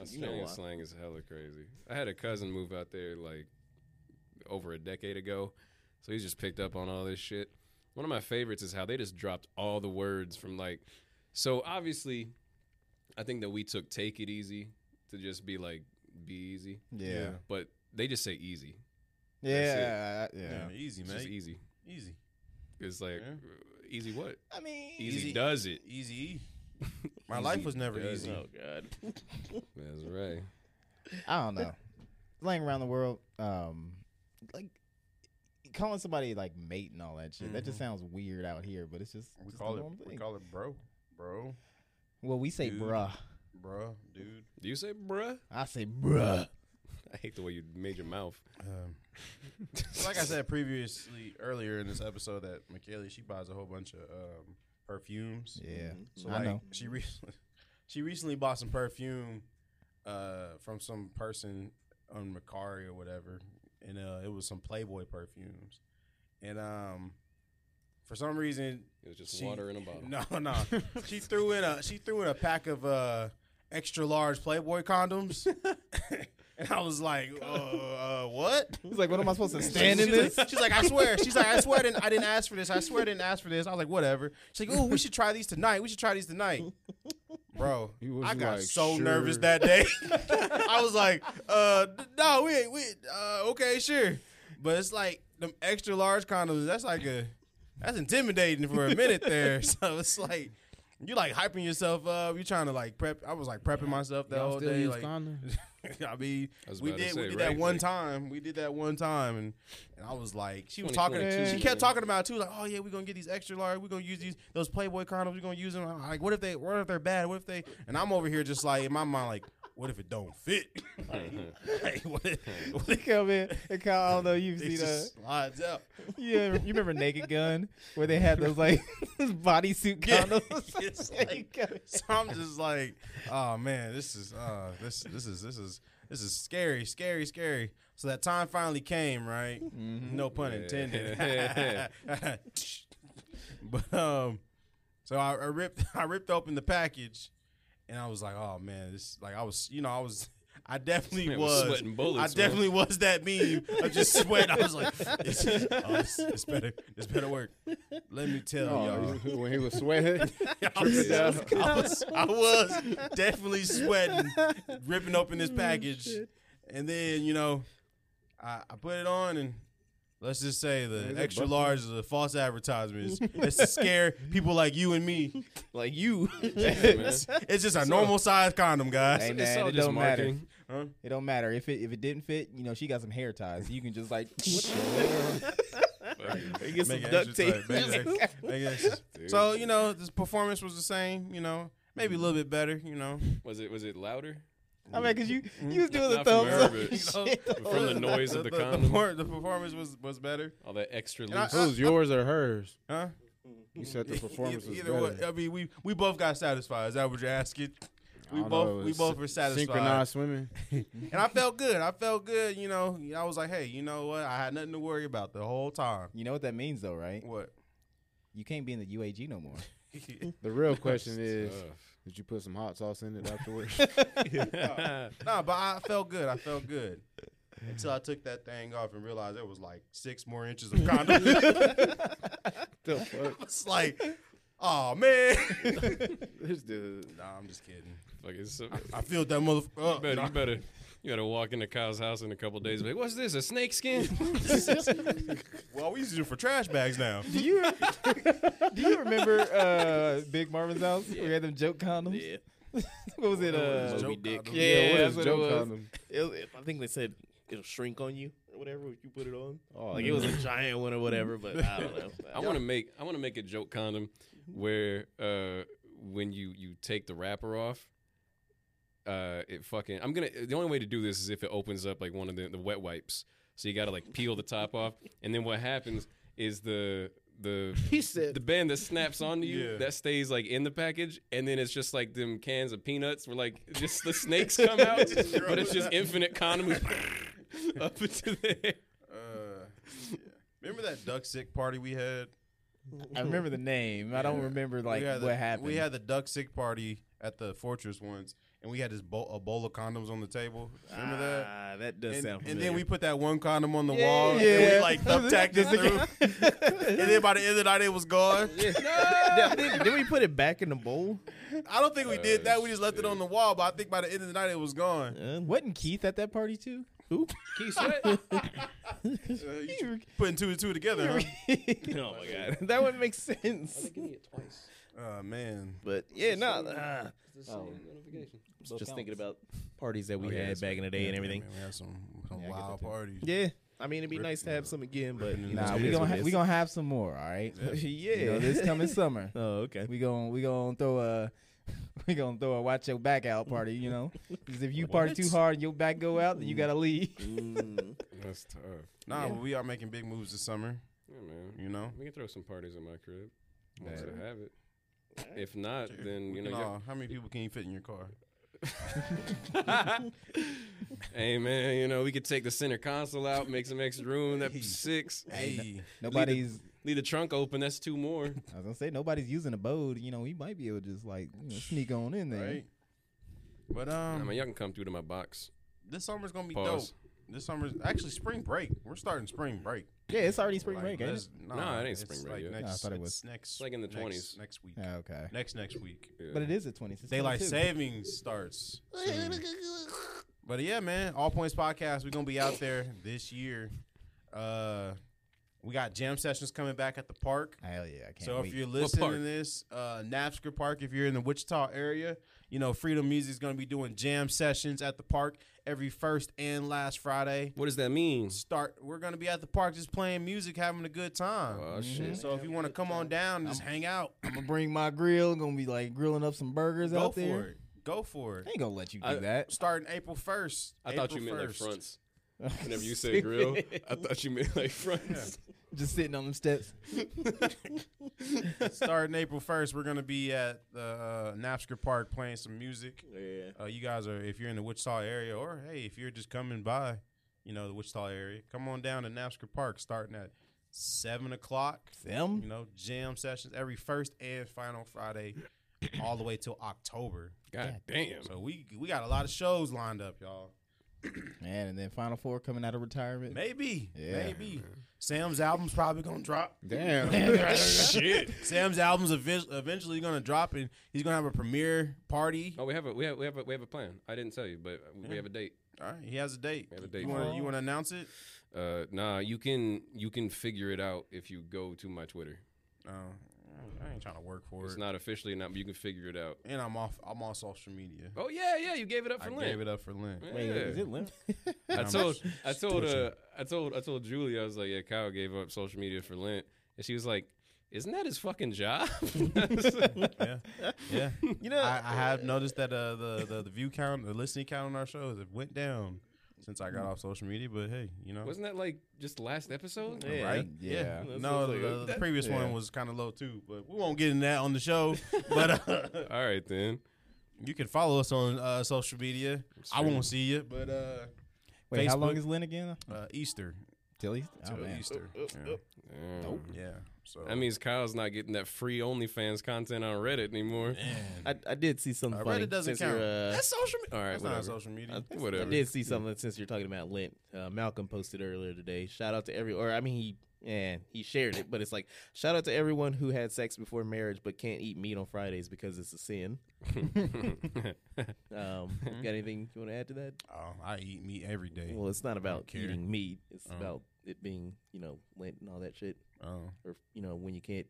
Speaker 3: Australian
Speaker 1: why.
Speaker 3: slang is hella crazy. I had a cousin move out there like over a decade ago, so he's just picked up on all this shit. One of my favorites is how they just dropped all the words from like. So obviously, I think that we took "take it easy" to just be like "be easy,"
Speaker 5: Yeah,
Speaker 3: but they just say "easy."
Speaker 5: yeah, I- yeah.
Speaker 4: Yeah, easy,
Speaker 3: It's
Speaker 4: man.
Speaker 3: just
Speaker 4: Easy.
Speaker 3: easy.
Speaker 4: easy,
Speaker 3: It's like uh,
Speaker 4: Yeah.
Speaker 3: easy what?
Speaker 5: I mean,
Speaker 3: Easy,
Speaker 4: Easy.
Speaker 3: does it.
Speaker 4: easy. My life was never
Speaker 3: does
Speaker 4: easy.
Speaker 1: Oh God.
Speaker 3: That's right.
Speaker 5: I don't know. Playing around the world, um, like calling somebody like mate and all that shit. That just sounds weird out here, but it's just
Speaker 4: Mm-hmm. We
Speaker 5: just
Speaker 4: call
Speaker 5: the
Speaker 4: it.
Speaker 5: normal
Speaker 4: We
Speaker 5: thing.
Speaker 4: call it bro, bro,
Speaker 5: well, we say
Speaker 4: Dude.
Speaker 5: bruh.
Speaker 4: bruh, dude.
Speaker 3: Do you say bruh?
Speaker 5: I say bruh.
Speaker 3: I hate the way you made your mouth.
Speaker 4: Um, [laughs] like I said previously earlier in this episode, that Michaela she buys a whole bunch of um, perfumes. [laughs]
Speaker 5: Yeah,
Speaker 4: So
Speaker 5: I
Speaker 4: like
Speaker 5: know.
Speaker 4: she recently [laughs] she recently bought some perfume uh, from some person on Macari or whatever, and uh, it was some Playboy perfumes, and um. For some reason,
Speaker 3: It was just
Speaker 4: she,
Speaker 3: water in a bottle.
Speaker 4: No, [laughs] no. she
Speaker 5: [laughs]
Speaker 4: threw in a she threw in a pack of uh, extra large Playboy condoms, [laughs] And I was like, uh, uh, what?
Speaker 5: He's like, what am I supposed to stand in
Speaker 4: she's
Speaker 5: this?
Speaker 4: Like, she's like, I swear. She's like, I swear, I didn't, I didn't ask for this. I swear, I didn't ask for this. I was like, whatever. She's like, oh, we should try these tonight. We should try these tonight, bro.
Speaker 2: He was
Speaker 4: I got
Speaker 2: like,
Speaker 4: so
Speaker 2: sure.
Speaker 4: nervous that day. [laughs] I was like, uh, no, we ain't, we, uh, okay, sure. But it's like them extra large condoms. That's like a, that's intimidating for a minute there. [laughs] So it's like. You like hyping yourself up. You're trying to like prep. I was like prepping myself the
Speaker 2: Y'all
Speaker 4: whole
Speaker 2: still
Speaker 4: day.
Speaker 2: use
Speaker 4: Like, [laughs]
Speaker 2: condoms?
Speaker 4: I mean,
Speaker 3: I was
Speaker 4: we
Speaker 3: about to
Speaker 4: did
Speaker 3: say,
Speaker 4: we did
Speaker 3: right?
Speaker 4: that one
Speaker 3: Like-
Speaker 4: time. We did that one time, and, and I was like, she was talking.
Speaker 3: 2022,
Speaker 4: She kept
Speaker 3: man.
Speaker 4: talking about it too, like, oh yeah, we're gonna get these extra large. We're gonna use these those Playboy condoms. We're gonna use them. I'm like, what if they? What if they're bad? What if they? And I'm over here just like in my mind, like, what if it don't fit? [laughs] like,
Speaker 3: Uh-huh.
Speaker 4: like, what? If, what if
Speaker 5: Come in, and Kyle, I don't know. You've
Speaker 4: it
Speaker 5: seen a
Speaker 4: just slides up?
Speaker 5: yeah. You remember Naked Gun where they had those like [laughs] bodysuit
Speaker 4: Yeah.
Speaker 5: condoms?
Speaker 4: [laughs] It's
Speaker 5: Yeah,
Speaker 4: like-
Speaker 5: you come in.
Speaker 4: [laughs] So I'm just like, oh man, this is uh this this is this is this is scary, scary, scary. So that time finally came, right?
Speaker 3: Mm-hmm.
Speaker 4: No pun
Speaker 3: [laughs]
Speaker 4: intended. [laughs] but um so I, I ripped [laughs] I ripped open the package and I was like, oh man, this like I was you know, I was I definitely
Speaker 3: Man was
Speaker 4: was.
Speaker 3: sweating bullets,
Speaker 4: I
Speaker 3: man. [laughs]
Speaker 4: definitely was that meme. I just sweat. I was like, this, is- oh, this, this better, this better work. Let me tell y'all.
Speaker 2: Oh, [laughs] when he was
Speaker 4: [laughs]
Speaker 2: sweating,
Speaker 4: I was, I was, I was definitely sweating, ripping open this package, and then you know, I, I put it on, and let's just say the
Speaker 2: it
Speaker 4: extra
Speaker 2: busting?
Speaker 4: large is a false advertisement. It's, it's to scare people like you and me.
Speaker 1: Like you,
Speaker 3: It's
Speaker 4: [laughs] It's just a normal size condom,
Speaker 5: Hey,
Speaker 4: guys.
Speaker 5: man,
Speaker 3: all
Speaker 5: it
Speaker 3: just
Speaker 5: don't matter.
Speaker 3: marketing.
Speaker 5: It don't matter if it if it didn't fit. You know, she got some hair ties. You can just like
Speaker 3: [laughs]
Speaker 1: They get some
Speaker 4: Make it
Speaker 1: duct
Speaker 4: extra
Speaker 1: tape.
Speaker 4: tight. Make it extra- make it extra- So you know, this performance was the same. You know, maybe a little bit better. You know,
Speaker 3: Was it was it louder?
Speaker 5: [laughs] I mean, cause you you was doing the
Speaker 3: Not from
Speaker 5: thumbs up. [laughs]
Speaker 3: her, but
Speaker 4: So,
Speaker 3: from
Speaker 4: [laughs]
Speaker 3: the noise of the condom.
Speaker 4: per- the performance was was better.
Speaker 3: all that extra
Speaker 4: I-
Speaker 3: loose.
Speaker 2: who's yours or hers?
Speaker 4: Huh?
Speaker 2: You
Speaker 4: [laughs]
Speaker 2: said the
Speaker 4: E-
Speaker 2: performance
Speaker 4: either,
Speaker 2: was
Speaker 4: either
Speaker 2: better.
Speaker 4: way, I mean, we we both got satisfied. Is that what you're asking?
Speaker 2: I
Speaker 4: We
Speaker 2: don't know,
Speaker 4: both
Speaker 2: it
Speaker 4: we
Speaker 2: was
Speaker 4: both were satisfied,
Speaker 2: Synchronized swimming.
Speaker 4: and I felt good. I felt good. You know, I was like, hey, you know what? I had nothing to worry about the whole time.
Speaker 5: You know what that means though, right?
Speaker 4: What? [laughs]
Speaker 5: You can't be in the UAG no more.
Speaker 2: The
Speaker 4: [laughs]
Speaker 2: real question is,
Speaker 3: [laughs] Tough.
Speaker 2: did you put some hot sauce in it [laughs]
Speaker 4: [laughs]
Speaker 2: afterwards?
Speaker 4: nah, but I felt good. I felt good until I took that thing off and realized there was like six more inches
Speaker 2: [laughs]
Speaker 4: of condom. [laughs]
Speaker 2: the fuck?
Speaker 4: it's like, oh man. [laughs]
Speaker 2: This dude.
Speaker 4: nah, I'm just kidding.
Speaker 3: Fuck, it's so-
Speaker 4: I feel that motherfucker.
Speaker 3: you better, you better, you gotta walk into Kyle's house in a couple days. Like, what's this? A snake skin?
Speaker 4: well, we use it for trash bags now.
Speaker 1: [laughs]
Speaker 5: Do you [laughs] do you remember uh, Big Marvin's house? We had them joke condoms.
Speaker 1: Yeah,
Speaker 5: [laughs] What was it? Uh,
Speaker 1: Moby
Speaker 4: Joke
Speaker 1: Dick.
Speaker 4: condoms.
Speaker 1: Yeah,
Speaker 2: Yeah, what
Speaker 1: that's
Speaker 2: is
Speaker 1: what
Speaker 2: joke
Speaker 1: it was.
Speaker 2: condom?
Speaker 1: It was- I think they said it'll shrink on you or whatever if you put it on.
Speaker 2: Oh,
Speaker 1: like it was a giant one or whatever, but I don't [laughs] know.
Speaker 3: I want to make I want to make a joke condom
Speaker 1: Mm-hmm.
Speaker 3: where uh, when you you take the wrapper off, uh, it fucking I'm gonna the only way to do this is if it opens up like one of the, the wet wipes. So you gotta like peel the top off, and then what happens is the the
Speaker 1: [laughs] He said-
Speaker 3: the band that snaps onto you
Speaker 4: Yeah.
Speaker 3: that stays like in the package, and then it's just like them cans of peanuts where like just the snakes come out, but it's [laughs] just infinite [laughs] condoms up into there.
Speaker 4: Uh, yeah. [laughs] Remember that duck sick party we had?
Speaker 5: I remember the name. I don't remember like
Speaker 4: we had
Speaker 5: what
Speaker 4: the,
Speaker 5: happened.
Speaker 4: We had the duck sick party at the fortress once, and we had this bowl, a bowl of condoms on the table. Remember that?
Speaker 1: Ah, that does [laughs]
Speaker 5: [laughs]
Speaker 4: And,
Speaker 1: sound
Speaker 4: and
Speaker 1: familiar.
Speaker 4: then we put that one condom on the wall, and
Speaker 5: yeah.
Speaker 4: we like thumbtacked it through. [laughs] and then by the end of the night, it was gone.
Speaker 1: Yeah, didn't, didn't we put it back in the bowl?
Speaker 4: I don't think we
Speaker 5: Oh,
Speaker 4: did that. We just left it
Speaker 3: Shit.
Speaker 4: on the wall, but I think by the end of the night, it
Speaker 1: [laughs]
Speaker 4: was gone.
Speaker 1: Uh,
Speaker 5: Wasn't Keith at that party too?
Speaker 1: Who?
Speaker 3: Keith
Speaker 5: [laughs]
Speaker 1: Oh,
Speaker 3: Sweat.
Speaker 4: Uh, you putting two and two together, huh?
Speaker 1: Oh my
Speaker 5: [laughs]
Speaker 1: god, that wouldn't make sense.
Speaker 4: Oh man,
Speaker 1: But yeah, no. ah, I was just
Speaker 5: counts.
Speaker 1: thinking about parties that we
Speaker 3: Oh, yeah,
Speaker 1: had
Speaker 3: that's
Speaker 1: back in the day and everything.
Speaker 4: Man, we had some, some
Speaker 5: Yeah, I get
Speaker 4: wild
Speaker 5: that too.
Speaker 4: parties.
Speaker 1: Yeah, I mean it'd be
Speaker 4: Rip-
Speaker 1: nice to have some again, but
Speaker 4: ripping
Speaker 1: you
Speaker 4: it
Speaker 1: know,
Speaker 5: Nah,
Speaker 4: It
Speaker 5: we
Speaker 4: is
Speaker 5: gonna
Speaker 4: what
Speaker 5: ha- we gonna have some more. All right. [laughs]
Speaker 1: [laughs] yeah.
Speaker 5: You know, this coming summer,
Speaker 1: oh [laughs] okay.
Speaker 5: we gonna we gonna throw a [laughs] we gonna throw a watch your back out party. You know, 'Cause if
Speaker 1: [laughs]
Speaker 5: you party too hard and your back go out, then you gotta leave.
Speaker 1: Mm,
Speaker 3: That's tough.
Speaker 4: Nah, but we are making big moves this summer.
Speaker 3: Yeah, man.
Speaker 4: You know,
Speaker 3: We can throw some parties in my crib. Once
Speaker 5: Yeah.
Speaker 3: I have it. If not, then
Speaker 4: We
Speaker 3: you know.
Speaker 4: can
Speaker 3: y'all-
Speaker 4: all- how many people can you fit in your car?
Speaker 3: [laughs] hey man, you know we could take the center console out, make some extra room. That's six.
Speaker 4: Hey,
Speaker 5: Nobody's.
Speaker 3: Leave the trunk open. That's two more.
Speaker 5: I was gonna say nobody's using a boat. You know, we might be able to just like you know, sneak on in there.
Speaker 4: right? But
Speaker 3: I
Speaker 4: um,
Speaker 3: mean, y'all can come through to my box.
Speaker 4: This summer's gonna be
Speaker 3: Pause.
Speaker 4: dope. This summer's actually spring break. We're starting spring break.
Speaker 5: Yeah, it's already spring
Speaker 4: Like,
Speaker 5: break, ain't
Speaker 4: this-
Speaker 5: it?
Speaker 4: No,
Speaker 3: No, it ain't
Speaker 4: it's
Speaker 3: spring break
Speaker 4: like
Speaker 3: yet.
Speaker 4: Next,
Speaker 5: No, I thought it
Speaker 4: it's
Speaker 5: was.
Speaker 4: next,
Speaker 3: It's like in the
Speaker 4: next-
Speaker 3: 20s.
Speaker 4: next week.
Speaker 5: Yeah, Ah, okay.
Speaker 4: Next next
Speaker 3: [laughs]
Speaker 4: week.
Speaker 5: But it is at 20. It's
Speaker 4: Daylight
Speaker 5: 22.
Speaker 4: savings starts. soon. But yeah, man, All Points Podcast, we're gonna be out there this year. Uh we got jam sessions coming back at the park.
Speaker 5: Hell yeah, I can't
Speaker 4: so
Speaker 5: wait.
Speaker 4: if you're
Speaker 3: park?
Speaker 4: listening to this, uh Napsker Park, if you're in the Wichita area, you know, Freedom Music is gonna be doing jam sessions at the park every first and last Friday.
Speaker 3: What does that mean?
Speaker 4: Start we're gonna be at the park just playing music, having a good time.
Speaker 3: Oh shit!
Speaker 4: So if you wanna come on down and just hang out,
Speaker 5: I'm gonna bring my grill. Gonna be like grilling up some burgers
Speaker 4: go
Speaker 5: out
Speaker 4: for
Speaker 5: there.
Speaker 4: it. Go for it.
Speaker 5: I ain't gonna let you do
Speaker 3: I-
Speaker 5: that.
Speaker 4: Starting April first.
Speaker 3: I thought you meant like fronts. Whenever you say grill, I thought you meant like fronts.
Speaker 5: just sitting on them steps.
Speaker 4: starting April first, we're gonna be at the uh, Napster Park playing some music.
Speaker 1: Yeah.
Speaker 4: Uh, you guys are if you're in the Wichita area, or hey, if you're just coming by, you know the Wichita area, come on down to Napster Park starting at seven o'clock. You
Speaker 5: Them.
Speaker 4: know, jam sessions every first and final Friday, all the way till October.
Speaker 3: God damn!
Speaker 4: So we we got a lot of shows lined up, y'all.
Speaker 5: Man, and then Final Four coming out of retirement.
Speaker 4: Maybe,
Speaker 5: Yeah.
Speaker 4: maybe Sam's album's probably gonna drop.
Speaker 2: Damn.
Speaker 3: shit!
Speaker 4: Sam's album's evi- eventually gonna drop, and he's gonna have a premiere party.
Speaker 3: Oh, we have a we have we have a, we have a plan. I didn't tell you, but we have a date.
Speaker 4: All right, he has a date.
Speaker 3: We have a date
Speaker 4: You
Speaker 3: for
Speaker 4: wanna-
Speaker 3: it.
Speaker 4: you want to announce it?
Speaker 3: Uh, nah, you can you can figure it out if you go to my Twitter.
Speaker 4: No, Oh, I ain't trying to work for
Speaker 3: It's
Speaker 4: it.
Speaker 3: not officially not, but you can figure it out.
Speaker 4: and I'm off. I'm on social media.
Speaker 3: Oh yeah, yeah, you gave it up
Speaker 4: I
Speaker 3: for
Speaker 4: gave
Speaker 3: Lynn.
Speaker 4: it up for Lynn.
Speaker 3: Yeah.
Speaker 5: Wait, is it limp?
Speaker 3: I
Speaker 4: I'm
Speaker 3: told I told uh I told I told Julie I was like yeah Kyle gave up social media for Lent and she was like isn't that his fucking job? [laughs]
Speaker 4: Yeah, yeah.
Speaker 5: you know,
Speaker 4: I, I have noticed that uh, the, the the view count, the listening count on our shows, it went down since I got off social media. But hey, you know,
Speaker 3: Wasn't that like just last episode?
Speaker 1: Yeah.
Speaker 4: right?
Speaker 5: Yeah.
Speaker 1: That's
Speaker 4: No,
Speaker 1: what
Speaker 4: the,
Speaker 1: I'm
Speaker 4: the,
Speaker 1: saying.
Speaker 4: previous
Speaker 5: yeah.
Speaker 4: one was kind of low too, but we won't get in that on the show. but uh,
Speaker 3: [laughs] All right then.
Speaker 4: you can follow us on uh, social media. I
Speaker 3: true.
Speaker 4: won't see you, but uh,
Speaker 5: Wait, how long
Speaker 4: Facebook.
Speaker 5: is Lynn again?
Speaker 4: uh, Easter,
Speaker 5: Till he's. Oh,
Speaker 4: Till
Speaker 5: man.
Speaker 4: Easter.
Speaker 1: Oh,
Speaker 4: yeah.
Speaker 1: oh,
Speaker 3: Yeah.
Speaker 4: yeah. So
Speaker 3: That means Kyle's not getting that free OnlyFans content on Reddit anymore. [laughs]
Speaker 1: I, I did see something
Speaker 4: Uh, Reddit
Speaker 1: funny.
Speaker 4: doesn't
Speaker 1: since you're,
Speaker 4: count.
Speaker 1: uh,
Speaker 3: That's social media. All right,
Speaker 4: that's not
Speaker 3: whatever.
Speaker 4: social media.
Speaker 1: I,
Speaker 3: Whatever.
Speaker 1: I did see something since you're talking about Lent. Uh, Malcolm posted earlier today. Shout out to every, or I mean, he and he shared it, but it's like shout out to everyone who had sex before marriage but can't eat meat on Fridays because it's a sin. Um, got anything you want to add to that?
Speaker 4: Oh, I eat meat every day.
Speaker 1: Well, it's not about
Speaker 4: care.
Speaker 1: eating meat. It's
Speaker 4: Oh.
Speaker 1: about it being, you know, Lent and all that shit,
Speaker 4: Oh,
Speaker 1: or you know, when you can't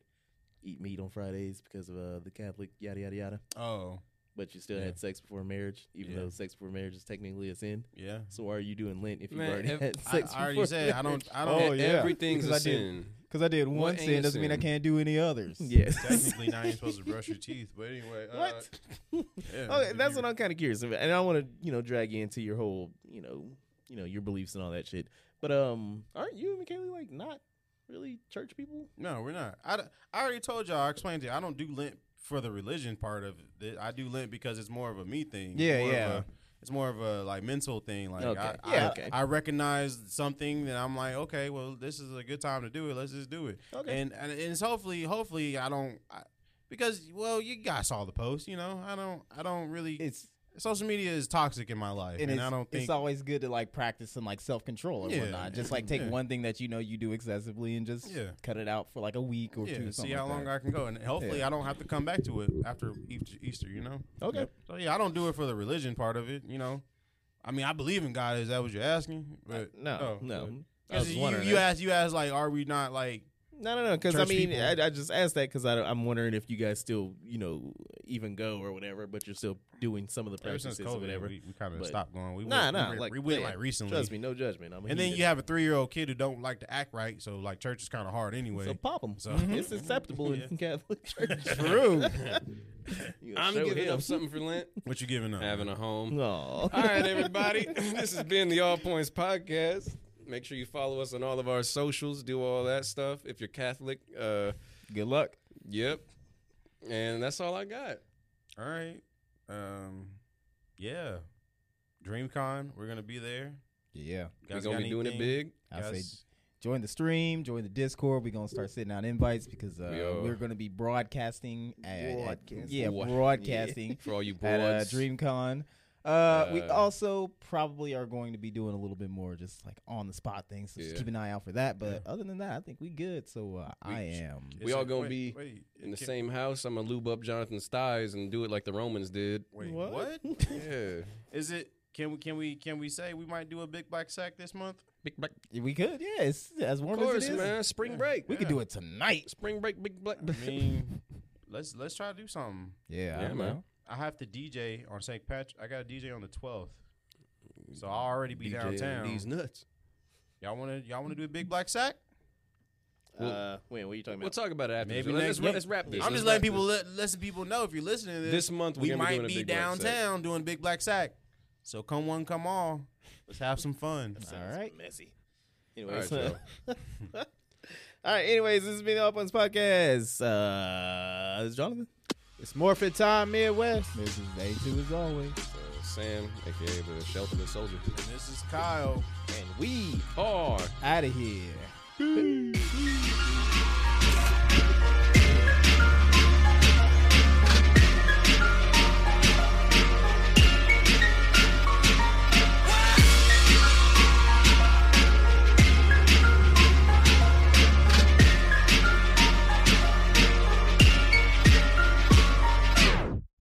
Speaker 1: eat meat on Fridays because of uh, the Catholic yada yada yada.
Speaker 4: oh,
Speaker 1: But you still
Speaker 4: Yeah.
Speaker 1: had sex before marriage, even
Speaker 4: Yeah.
Speaker 1: though sex before marriage is technically a sin.
Speaker 4: yeah.
Speaker 1: So why are you doing Lent if you
Speaker 3: Man,
Speaker 1: have already
Speaker 3: if-
Speaker 1: had
Speaker 4: I,
Speaker 1: sex?
Speaker 4: I already
Speaker 1: before
Speaker 4: said I
Speaker 1: marriage?
Speaker 4: don't. I don't. [laughs]
Speaker 2: Oh, yeah.
Speaker 3: Everything's a
Speaker 5: Because I did-
Speaker 3: sin.
Speaker 5: Because I did one
Speaker 3: What ain't
Speaker 5: sin
Speaker 3: a
Speaker 5: doesn't mean I
Speaker 3: sin?
Speaker 5: can't do any others.
Speaker 1: [laughs]
Speaker 4: [laughs]
Speaker 1: Yes.
Speaker 4: Technically, now you're supposed to brush your teeth. But anyway, uh,
Speaker 1: What?
Speaker 4: Yeah,
Speaker 1: [laughs] okay,
Speaker 4: if
Speaker 1: that's
Speaker 4: you-
Speaker 1: what I'm kind of curious about, and I want to, you know, drag you into your whole, you know, you know, your beliefs and all that shit. But um, aren't you and McKaylee like not really church people?
Speaker 4: No, we're not. I, d- I already told y'all. I explained to you. I don't do lint for the religion part of it. I do lint because it's more of a me thing. It's
Speaker 5: Yeah,
Speaker 4: more of
Speaker 5: yeah.
Speaker 4: a- it's more of a like mental thing. Like
Speaker 1: Okay.
Speaker 4: I,
Speaker 1: Yeah,
Speaker 4: I,
Speaker 1: okay.
Speaker 4: I recognize something that I'm like, okay, well, this is a good time to do it. Let's just do it.
Speaker 1: Okay.
Speaker 4: And and, and it's hopefully, hopefully, I don't. I, because well, you guys saw the post, you know. I don't, I don't really.
Speaker 5: It's
Speaker 4: social media is toxic in my life,
Speaker 5: and
Speaker 4: and,
Speaker 5: it's,
Speaker 4: I don't think
Speaker 5: it's always good to like practice some like self control and
Speaker 4: Yeah.
Speaker 5: whatnot. Just like take
Speaker 4: Yeah.
Speaker 5: one thing that you know you do excessively and just
Speaker 4: Yeah.
Speaker 5: cut it out for like a week or
Speaker 4: yeah,
Speaker 5: two.
Speaker 4: see how long I can go, and hopefully
Speaker 5: Yeah.
Speaker 4: I don't have to come back to it after Easter, Easter, you know.
Speaker 1: Okay.
Speaker 4: So yeah, I don't do it for the religion part of it, you know. I mean, I believe in God. Is that what you're asking? But
Speaker 1: Uh, No,
Speaker 4: oh,
Speaker 1: no.
Speaker 4: good.
Speaker 1: I was
Speaker 4: you,
Speaker 1: wondering.
Speaker 4: you
Speaker 1: that.
Speaker 4: asked, you asked, like, are we not like?
Speaker 1: No, no, no. Because I
Speaker 4: Church
Speaker 1: mean,
Speaker 4: people.
Speaker 1: I, I just asked that because I'm wondering if you guys still, you know, even go or whatever, but you're still doing some of the
Speaker 4: Ever since
Speaker 1: practices or
Speaker 4: COVID,
Speaker 1: whatever.
Speaker 4: we, we kind of
Speaker 1: But-
Speaker 4: stopped going. We
Speaker 1: nah,
Speaker 4: went,
Speaker 1: nah.
Speaker 4: we, went-
Speaker 1: like
Speaker 4: we went
Speaker 1: yeah,
Speaker 4: like recently.
Speaker 1: Trust me, no judgment. I'm a
Speaker 4: And then
Speaker 1: heathen.
Speaker 4: you have a three year old kid who don't like to act right, so like church is kind of hard anyway.
Speaker 1: so pop them.
Speaker 4: So-
Speaker 1: [laughs] It's acceptable
Speaker 4: [laughs] Yeah.
Speaker 1: in Catholic Church.
Speaker 5: True.
Speaker 1: [laughs] You
Speaker 3: [laughs] I'm
Speaker 1: show
Speaker 3: giving
Speaker 1: him.
Speaker 3: up something for Lent.
Speaker 4: [laughs] what you giving up?
Speaker 3: Having a home.
Speaker 1: Aw.
Speaker 3: All right, everybody. [laughs] this has been the All Points Podcast. Make sure you follow us on all of our socials. Do all that stuff. If you're Catholic, uh,
Speaker 5: Good luck.
Speaker 3: yep. And that's all I got.
Speaker 4: All right. Um, yeah. DreamCon, we're gonna be there.
Speaker 5: Yeah.
Speaker 4: You
Speaker 3: We're
Speaker 4: guys
Speaker 3: gonna
Speaker 4: got
Speaker 3: be doing it
Speaker 4: anything?
Speaker 3: big.
Speaker 5: I say
Speaker 4: Guys-
Speaker 5: join the stream, join the Discord. We're gonna start sending out invites because uh,
Speaker 3: Yo.
Speaker 5: we're gonna be broadcasting. At, at-
Speaker 1: Broadcasting.
Speaker 5: yeah,
Speaker 3: Boy. [laughs]
Speaker 5: broadcasting
Speaker 3: for all you
Speaker 5: at uh,
Speaker 3: boys.
Speaker 5: DreamCon. Uh, we
Speaker 3: Uh,
Speaker 5: also probably are going to be doing a little bit more just like on the spot things. So just
Speaker 3: Yeah.
Speaker 5: keep an eye out for that. But other than that, I think we good. So uh, I am.
Speaker 3: We all gonna
Speaker 4: wait,
Speaker 3: be
Speaker 4: wait,
Speaker 3: in the
Speaker 4: can-
Speaker 3: same house. I'm gonna lube up Jonathan's thighs and do it like the Romans did.
Speaker 4: Wait,
Speaker 1: What?
Speaker 4: what?
Speaker 3: Yeah,
Speaker 4: Is it? Can we? Can we? Can we say we might do a big black sack this month?
Speaker 3: big black.
Speaker 5: We could, yeah. It's as
Speaker 3: Of
Speaker 5: warm
Speaker 3: course,
Speaker 5: as it is.
Speaker 3: man. Spring break.
Speaker 5: We could do it tonight.
Speaker 3: Spring break, big black.
Speaker 4: I
Speaker 3: [laughs]
Speaker 4: mean, let's let's try to do something.
Speaker 5: Yeah,
Speaker 3: Yeah,
Speaker 5: I don't
Speaker 3: man.
Speaker 5: know.
Speaker 4: I have to DJ on St. Patrick. I got a DJ on the twelfth, so I'll already be downtown.
Speaker 3: These nuts.
Speaker 4: Y'all want to y'all want to do a big black sack?
Speaker 3: Well-
Speaker 1: uh, wait, what are you talking
Speaker 3: We'll
Speaker 1: about?
Speaker 3: talk about it after.
Speaker 4: Maybe
Speaker 3: Maybe let's,
Speaker 4: next
Speaker 3: let's,
Speaker 4: week.
Speaker 3: wrap this.
Speaker 4: I'm
Speaker 3: Let's
Speaker 4: just
Speaker 3: wrap
Speaker 4: letting people
Speaker 3: this.
Speaker 4: let letting people know if you're listening to this.
Speaker 3: This month we're
Speaker 4: we
Speaker 3: gonna be
Speaker 4: might
Speaker 3: doing a
Speaker 4: be
Speaker 3: big black sack.
Speaker 4: downtown doing big black sack. So come one, come all. Let's have some fun.
Speaker 1: Sounds
Speaker 5: All right.
Speaker 1: messy. Anyways,
Speaker 3: All right,
Speaker 1: uh, [laughs] all right. Anyways, this has been the Up Ones podcast. Uh, this is Jonathan.
Speaker 2: It's Morphin Time Midwest.
Speaker 5: This is day two as always.
Speaker 3: Uh, Sam, aka the shelterless soldier.
Speaker 4: And this is Kyle.
Speaker 1: and we
Speaker 3: Or
Speaker 5: Out of here.
Speaker 1: Peace.